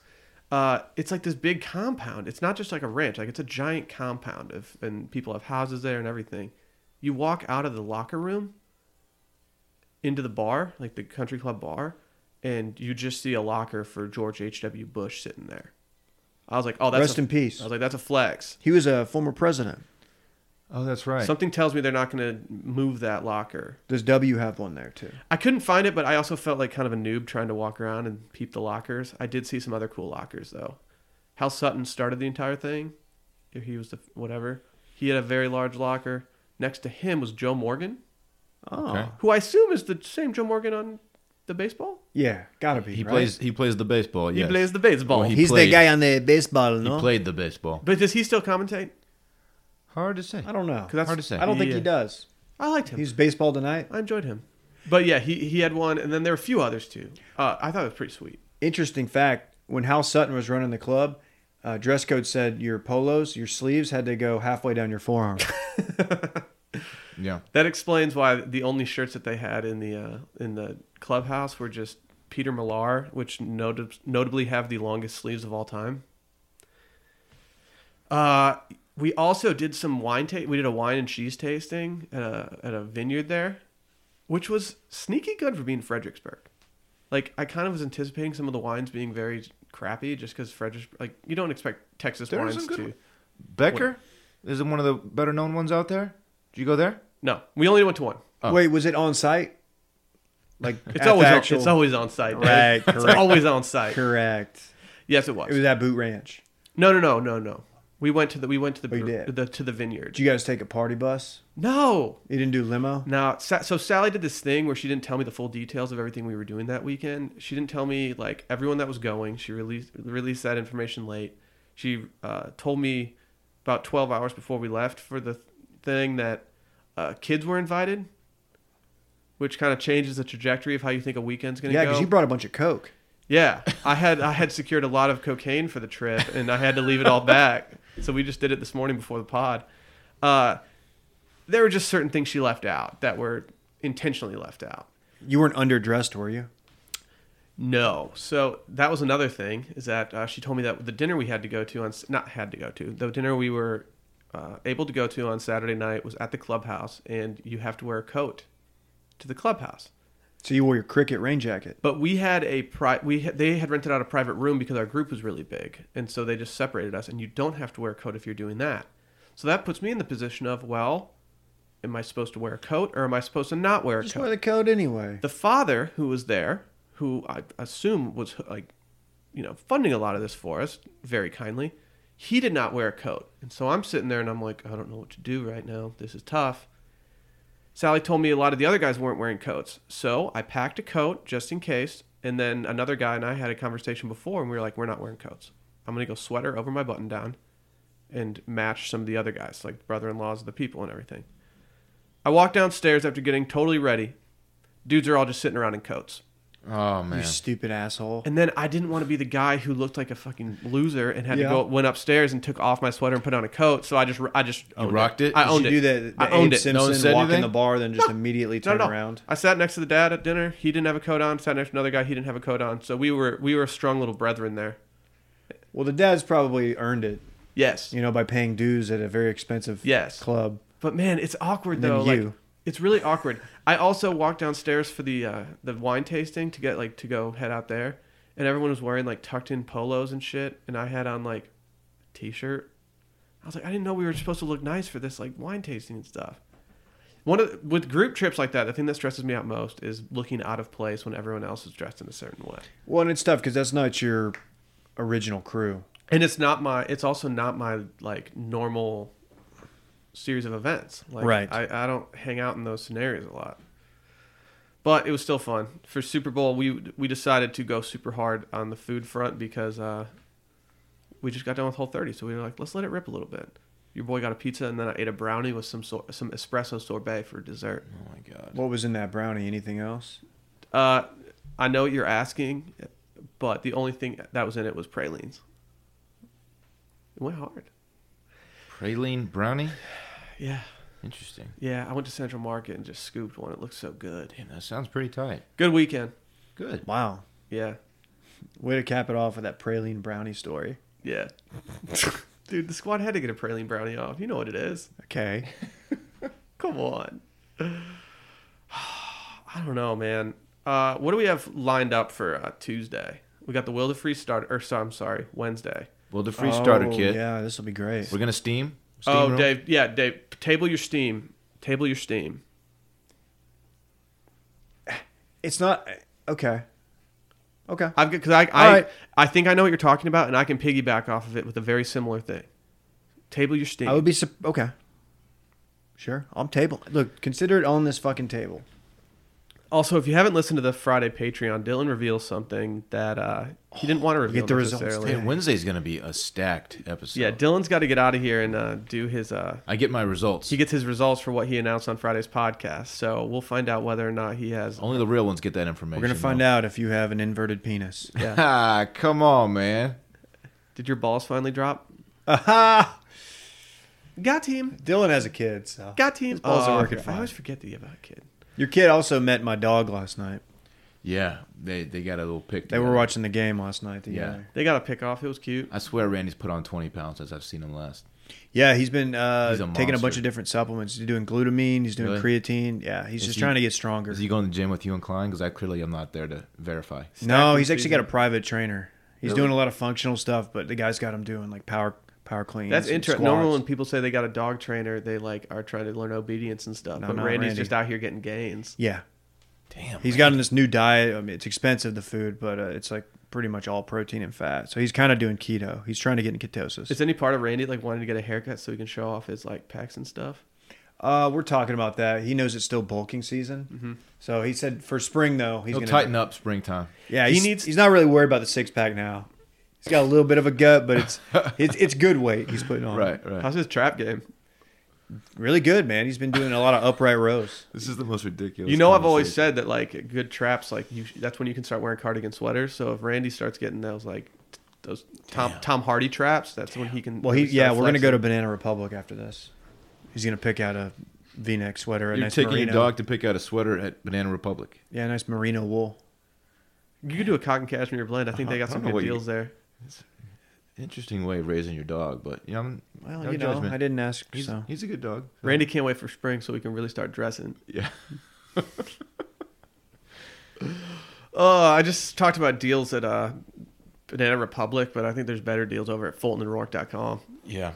Speaker 1: Uh, it's like this big compound. It's not just like a ranch. Like it's a giant compound of, and people have houses there and everything. You walk out of the locker room into the bar, like the country club bar, and you just see a locker for George H. W. Bush sitting there. I was like, oh, that's
Speaker 2: Rest
Speaker 1: a-
Speaker 2: in peace.
Speaker 1: I was like, that's a flex.
Speaker 2: He was a former president.
Speaker 3: Oh, that's right.
Speaker 1: Something tells me they're not going to move that locker.
Speaker 2: Does W have one there too?
Speaker 1: I couldn't find it, but I also felt like kind of a noob trying to walk around and peep the lockers. I did see some other cool lockers though. Hal Sutton started the entire thing. If He was the whatever. He had a very large locker. Next to him was Joe Morgan,
Speaker 2: Oh,
Speaker 3: Okay.
Speaker 1: who I assume is the same Joe Morgan on the baseball.
Speaker 2: yeah, gotta be.
Speaker 3: he
Speaker 2: right?
Speaker 3: plays. He plays the baseball.
Speaker 1: He
Speaker 3: yes.
Speaker 1: plays the baseball.
Speaker 3: Well, he-
Speaker 2: He's
Speaker 3: played-
Speaker 2: the guy on the baseball.
Speaker 3: He
Speaker 2: No,
Speaker 3: played the baseball.
Speaker 1: but does he still commentate?
Speaker 3: Hard to say.
Speaker 2: I don't know.
Speaker 1: 'Cause that's-
Speaker 3: Hard to say.
Speaker 2: I don't think
Speaker 1: Yeah.
Speaker 2: he does.
Speaker 1: I liked him.
Speaker 2: He's baseball tonight.
Speaker 1: I enjoyed him. But yeah, he he had one, and then there were a few others too. Uh, I thought it was pretty sweet.
Speaker 2: Interesting fact: when Hal Sutton was running the club, uh, dress code said your polos, your sleeves had to go halfway down your forearm.
Speaker 3: Yeah.
Speaker 1: That explains why the only shirts that they had in the uh, in the clubhouse were just Peter Millar, which notab- notably have the longest sleeves of all time. Uh, we also did some wine taste. We did a wine and cheese tasting at a at a vineyard there, which was sneaky good for being Fredericksburg. Like I kind of was anticipating some of the wines being very crappy, just because Fredericksburg. Like you don't expect Texas
Speaker 3: There are
Speaker 1: wines
Speaker 3: some good
Speaker 1: to.
Speaker 3: ones. Becker is one of the better known ones out there. Did you go there?
Speaker 1: No, we only went to one.
Speaker 3: Oh.
Speaker 2: Wait, was it on site? Like at
Speaker 1: It's
Speaker 2: the
Speaker 1: always on,
Speaker 2: actual-
Speaker 1: it's always on site.
Speaker 2: Right,
Speaker 1: It's
Speaker 2: correct.
Speaker 1: always on site.
Speaker 2: correct.
Speaker 1: Yes, it was.
Speaker 2: It was at Boot Ranch.
Speaker 1: no, no, no, no, no. We went to the we went to the,
Speaker 2: We Oh, did.
Speaker 1: the to the vineyard.
Speaker 2: Did you guys take a party bus?
Speaker 1: no,
Speaker 2: You didn't do limo.
Speaker 1: now Sa- so Sally did this thing where she didn't tell me the full details of everything we were doing that weekend. She didn't tell me like everyone that was going. She released released that information late. She uh, told me about twelve hours before we left for the th- thing that uh, kids were invited, which kind of changes the trajectory of how you think a weekend's going to
Speaker 2: Yeah,
Speaker 1: go.
Speaker 2: because you brought a bunch of coke.
Speaker 1: Yeah, I had I had secured a lot of cocaine for the trip, and I had to leave it all back. So we just did it this morning before the pod. Uh, there were just certain things she left out that were intentionally left out.
Speaker 2: You weren't underdressed, were you?
Speaker 1: No. So that was another thing is that uh, she told me that the dinner we had to go to on s- not had to go to the dinner we were uh, able to go to on Saturday night was at the clubhouse, and you have to wear a coat to the clubhouse.
Speaker 2: So you wore your cricket rain jacket.
Speaker 1: But we had a pri- we had, they had rented out a private room because our group was really big, and so they just separated us. And you don't have to wear a coat if you're doing that. So that puts me in the position of well, am I supposed to wear a coat or am I supposed to not wear a
Speaker 2: Just
Speaker 1: coat?
Speaker 2: wear the coat anyway.
Speaker 1: The father who was there, who I assume was like, you know, funding a lot of this for us very kindly, he did not wear a coat. And so I'm sitting there and I'm like, I don't know what to do right now. This is tough. Sally told me a lot of the other guys weren't wearing coats. So I packed a coat just in case. And then another guy and I had a conversation before and we were like, we're not wearing coats. I'm going to go sweater over my button down and match some of the other guys, like brother in laws of the people and everything. I walked downstairs after getting totally ready. Dudes are all just sitting around in coats.
Speaker 3: Oh
Speaker 2: You
Speaker 3: man.
Speaker 2: stupid asshole.
Speaker 1: And then I didn't want to be the guy who looked like a fucking loser and had
Speaker 2: Yeah.
Speaker 1: to go went upstairs and took off my sweater and put on a coat. So I just I just owned
Speaker 3: rocked it?
Speaker 1: I
Speaker 3: Did
Speaker 1: owned
Speaker 2: Did
Speaker 1: it.
Speaker 2: you do that? The
Speaker 1: I owned
Speaker 2: Abe
Speaker 1: it.
Speaker 2: Simpson
Speaker 3: No one said
Speaker 2: walk in
Speaker 3: anything?
Speaker 2: the bar, then just immediately
Speaker 1: No,
Speaker 2: turn
Speaker 1: no.
Speaker 2: around.
Speaker 1: I sat next to the dad at dinner. He didn't have a coat on. Sat next to another guy. He didn't have a coat on. So we were we were strong little brethren there.
Speaker 2: Well, the dad's probably earned it,
Speaker 1: Yes.
Speaker 2: you know, by paying dues at a very expensive
Speaker 1: Yes.
Speaker 2: club.
Speaker 1: But man, it's awkward
Speaker 2: And then
Speaker 1: though.
Speaker 2: you.
Speaker 1: Like, it's really awkward. I also walked downstairs for the uh, the wine tasting to get like to go head out there, and everyone was wearing like tucked in polos and shit, and I had on like a t-shirt. I was like, I didn't know we were supposed to look nice for this like wine tasting and stuff. One of the- with group trips like that, the thing that stresses me out most is looking out of place when everyone else is dressed in a certain way.
Speaker 2: Well, and it's tough because that's not your original crew.
Speaker 1: and it's not my it's also not my like normal series of events like
Speaker 2: Right.
Speaker 1: I, I don't hang out in those scenarios a lot but it was still fun for super bowl we we decided to go super hard on the food front because uh we just got done with whole 30 so we were like let's let it rip a little bit your boy got a pizza and then i ate a brownie with some sor- some espresso sorbet for dessert
Speaker 3: Oh my god.
Speaker 2: What was in that brownie? Anything else?
Speaker 1: uh i know what you're asking but the only thing that was in it was pralines it went hard
Speaker 3: Praline brownie.
Speaker 1: yeah
Speaker 3: Interesting.
Speaker 1: Yeah, I went to Central Market and just scooped one. It looked so good.
Speaker 3: Damn, that sounds pretty tight.
Speaker 1: Good weekend.
Speaker 3: Good.
Speaker 2: Wow.
Speaker 1: Yeah,
Speaker 2: Way to cap it off with that praline brownie story.
Speaker 1: yeah. [laughs] Dude, the squad had to get a praline brownie off. You know what it is.
Speaker 2: Okay.
Speaker 1: Come on. [sighs] I don't know, man. Uh, what do we have lined up for uh, Tuesday? We got the Will to Free start, or so, I'm sorry, Wednesday.
Speaker 3: Well, the [laughs] free starter
Speaker 2: Oh,
Speaker 3: kit.
Speaker 2: Yeah, this will be great.
Speaker 3: We're gonna steam. steam
Speaker 1: oh,
Speaker 3: roll?
Speaker 1: Dave. Yeah, Dave. Table your steam. Table your steam.
Speaker 2: It's not okay. Okay.
Speaker 1: I've got because I I,
Speaker 2: right.
Speaker 1: I think I know what you're talking about, and I can piggyback off of it with a very similar thing. Table your steam.
Speaker 2: I would be sup- okay. Sure, I'm table. Look, consider it on this fucking table.
Speaker 1: Also, if you haven't listened to the Friday Patreon, Dylan reveals something that uh, he didn't want to reveal
Speaker 2: get the results
Speaker 1: necessarily.
Speaker 3: Man, Wednesday's gonna be a stacked episode.
Speaker 1: yeah, Dylan's got to get out of here and uh, do his. Uh,
Speaker 3: I get my results.
Speaker 1: he gets his results for what he announced on Friday's podcast, so we'll find out whether or not he has.
Speaker 3: Only the real ones get that information.
Speaker 2: We're gonna find out if you have an inverted
Speaker 3: [laughs]
Speaker 2: penis. [laughs]
Speaker 1: Yeah.
Speaker 3: Ah, come on, man.
Speaker 1: Did your balls finally drop?
Speaker 2: Aha!
Speaker 1: Got him.
Speaker 2: Dylan has a kid, so
Speaker 1: Got him.
Speaker 2: His balls
Speaker 1: Oh,
Speaker 2: are working
Speaker 1: I
Speaker 2: fine.
Speaker 1: always forget the about kid.
Speaker 2: Your kid also met my dog last night.
Speaker 3: Yeah, they they got a little pic.
Speaker 2: They were
Speaker 3: together.
Speaker 2: watching the uh, game last night together.
Speaker 1: They got a pick off. It was cute.
Speaker 3: I swear, Randy's put on twenty pounds as I've seen him last.
Speaker 2: Yeah, he's been uh,
Speaker 3: He's a
Speaker 2: taking a bunch
Speaker 3: monster.
Speaker 2: of different supplements. He's doing glutamine. He's doing
Speaker 3: Really?
Speaker 2: creatine. Yeah, he's
Speaker 3: Is
Speaker 2: just
Speaker 3: he-
Speaker 2: trying to get stronger.
Speaker 3: Is he going to the gym with you and Klein? Because I clearly am not there to verify.
Speaker 1: Stack
Speaker 2: no, he's
Speaker 1: this
Speaker 2: actually
Speaker 1: season.
Speaker 2: got a private trainer. He's
Speaker 3: Really?
Speaker 2: doing a lot of functional stuff, but the guy's got him doing like power power cleans.
Speaker 1: That's
Speaker 2: and
Speaker 1: interesting.
Speaker 2: squats.
Speaker 1: Normally, when people say they got a dog trainer, they like are trying to learn obedience and stuff.
Speaker 2: No,
Speaker 1: but
Speaker 2: not
Speaker 1: Randy's
Speaker 2: Randy.
Speaker 1: just out here getting gains.
Speaker 2: Yeah,
Speaker 3: Damn.
Speaker 2: He's gotten this new diet. I mean, it's expensive the food, but uh, it's like pretty much all protein and fat. So he's kind of doing keto. He's trying to get in ketosis.
Speaker 1: Is any part of Randy like wanting to get a haircut so he can show off his like pecs and stuff?
Speaker 2: uh, we're talking about that. He knows it's still bulking season, so he said for spring though he's
Speaker 3: Mm-hmm. He'll
Speaker 2: gonna
Speaker 3: tighten up springtime.
Speaker 2: Yeah,
Speaker 1: He
Speaker 2: he's,
Speaker 1: needs-
Speaker 2: He's not really worried about the six pack now. He's got a little bit of a gut,
Speaker 1: [laughs]
Speaker 2: but it's it's, it's good weight he's putting on.
Speaker 3: Right, right.
Speaker 1: How's his trap game?
Speaker 2: really good, man. He's been doing a lot of upright rows.
Speaker 3: This is the most ridiculous.
Speaker 1: You know, I've always said that like good traps, like you, that's when you can start wearing cardigan sweaters. So if Randy starts getting those like t- those Tom Tom Hardy traps, that's when he can.
Speaker 2: Well, he
Speaker 1: really
Speaker 2: yeah,
Speaker 1: start
Speaker 2: we're gonna go
Speaker 1: flexing.
Speaker 2: to Banana Republic after this. He's gonna pick out a V-neck sweater, a
Speaker 3: You're
Speaker 2: nice
Speaker 3: taking
Speaker 2: merino.
Speaker 3: your dog to pick out a sweater at Banana Republic.
Speaker 2: Yeah, nice merino wool.
Speaker 1: You could do a cotton cashmere blend. I think they got
Speaker 3: Uh-huh. I
Speaker 1: some
Speaker 3: don't know
Speaker 1: good
Speaker 3: what you- Uh-huh.
Speaker 1: deals there.
Speaker 3: Interesting way of raising your dog, but you know, I'm-
Speaker 2: Well,
Speaker 3: no
Speaker 2: you know,
Speaker 3: judgment.
Speaker 2: I didn't ask.
Speaker 3: he's
Speaker 2: so.
Speaker 3: he's a good dog.
Speaker 1: Randy can't wait for spring so we can really start dressing.
Speaker 3: Yeah.
Speaker 1: [laughs]
Speaker 3: [laughs]
Speaker 1: Oh, I just talked about deals at uh, Banana Republic, but I think there's better deals over at FultonandRourke.com.
Speaker 3: Yeah.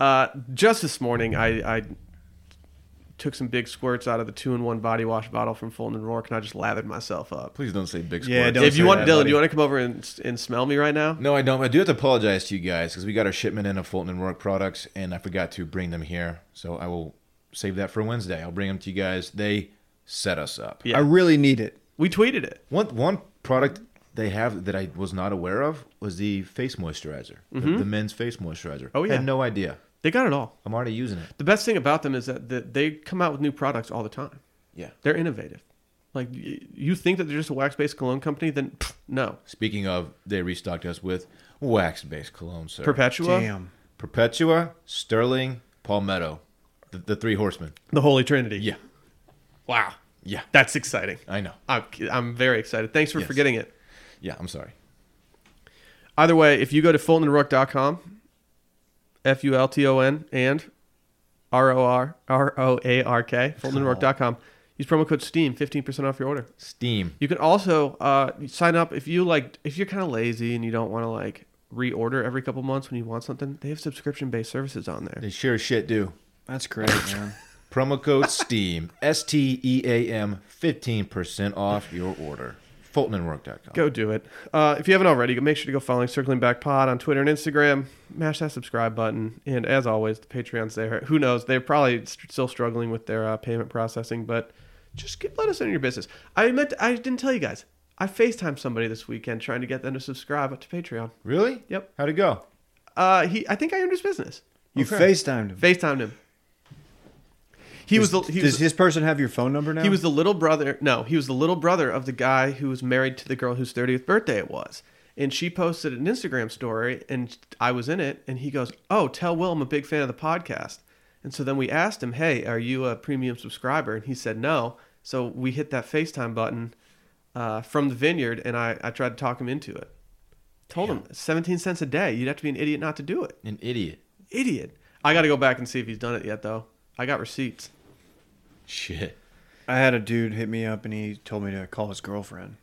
Speaker 1: Uh, just this morning, I, I took some big squirts out of the two-in-one body wash bottle from Fulton and Rourke, and I just lathered myself up.
Speaker 3: Please don't say big
Speaker 2: Yeah,
Speaker 3: squirts.
Speaker 2: don't
Speaker 1: if you
Speaker 2: say
Speaker 1: want,
Speaker 2: that,
Speaker 1: Dylan,
Speaker 2: buddy.
Speaker 1: do you want to come over and, and smell me right now?
Speaker 3: No, I don't. I do have to apologize to you guys because we got our shipment in of Fulton and Rourke products, and I forgot to bring them here. So I will save that for Wednesday. I'll bring them to you guys. They set us up.
Speaker 1: Yeah.
Speaker 2: I really need it.
Speaker 1: We tweeted it.
Speaker 3: One one product they have that I was not aware of was the face moisturizer, the- the, men's face moisturizer.
Speaker 1: Oh, yeah.
Speaker 3: had no idea.
Speaker 1: They got it all.
Speaker 3: I'm already using it.
Speaker 1: The best thing about them is that that they come out with new products all the time.
Speaker 3: Yeah.
Speaker 1: They're innovative. Like y- you think that they're just a wax-based cologne company, then pfft, no.
Speaker 3: Speaking of, they restocked us with wax-based cologne, sir.
Speaker 1: Perpetua,
Speaker 2: Damn.
Speaker 3: Perpetua, Sterling, Palmetto, the, the three horsemen.
Speaker 1: the Holy Trinity.
Speaker 3: Yeah,
Speaker 1: Wow,
Speaker 3: yeah,
Speaker 1: that's exciting.
Speaker 3: I know.
Speaker 1: I'm, I'm very excited. Thanks for
Speaker 3: Yes.
Speaker 1: forgetting it.
Speaker 3: Yeah, I'm sorry.
Speaker 1: Either way, if you go to fultonandrourke.com, F U L T O N and R O R R O A R K, fultonandrourke.com, use promo code STEAM, 15% off your order.
Speaker 3: Steam.
Speaker 1: You can also uh, sign up if you like, if you're kind of lazy and you don't want to like reorder every couple months when you want something, they have subscription based services on there.
Speaker 3: They sure as shit do.
Speaker 1: [laughs]
Speaker 2: That's great, man.
Speaker 3: Promo code STEAM, S T E A M, 15% off your order. FultonandWork.com.
Speaker 1: Go do it. Uh, if you haven't already, go make sure to go following Circling Back Pod on Twitter and Instagram. Mash that subscribe button. And as always, the Patreon's there. Who knows? They're probably st- still struggling with their uh, payment processing, but just get, let us in your business. I meant I didn't tell you guys. I FaceTimed somebody this weekend trying to get them to subscribe to Patreon.
Speaker 3: Really?
Speaker 1: Yep.
Speaker 3: How'd it go?
Speaker 1: Uh, he, I think I owned his business.
Speaker 2: You FaceTimed him.
Speaker 1: FaceTimed him. He was the
Speaker 2: Does-
Speaker 1: he
Speaker 2: does
Speaker 1: was,
Speaker 2: this person have your phone number now?
Speaker 1: He was the little brother. No, he was the little brother of the guy who was married to the girl whose 30th birthday it was. And she posted an Instagram story, and I was in it. And he goes, "Oh, tell Will I'm a big fan of the podcast." And so then we asked him, "Hey, are you a premium subscriber?" And he said, "No." So we hit that FaceTime button uh, from the vineyard, and I, I tried to talk him into it. Told him 17 cents a day. You'd have to be an idiot not to do it.
Speaker 3: An idiot.
Speaker 1: Idiot. I got to go back and see if he's done it yet, though. I got receipts.
Speaker 3: Shit.
Speaker 2: I had a dude hit me up and he told me to call his girlfriend.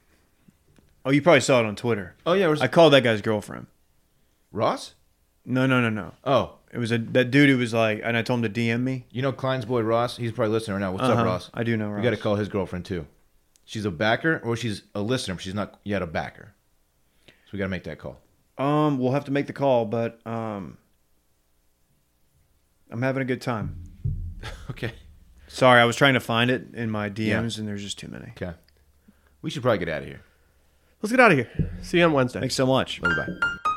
Speaker 2: Oh, you probably saw it on Twitter.
Speaker 3: Oh, yeah. where's-
Speaker 2: I called that guy's girlfriend.
Speaker 3: Ross?
Speaker 2: No, no, no, no.
Speaker 3: Oh,
Speaker 2: It was a that dude who was like, and I told him to DM me.
Speaker 3: you know Klein's boy Ross? He's probably listening right now. What's
Speaker 2: Uh-huh.
Speaker 3: up, Ross?
Speaker 2: I do know
Speaker 3: We
Speaker 2: Ross.
Speaker 3: got to call his girlfriend, too. She's a backer, or she's a listener, but she's not yet a backer. So we got to make that call.
Speaker 2: Um, we'll have to make the call, but um, I'm having a good time.
Speaker 3: Okay.
Speaker 2: Sorry, I was trying to find it in my DMs, and there's just too many.
Speaker 3: Okay. We should probably get out of here.
Speaker 1: Let's get out of here. See you on Wednesday.
Speaker 2: Thanks so much.
Speaker 3: Bye bye.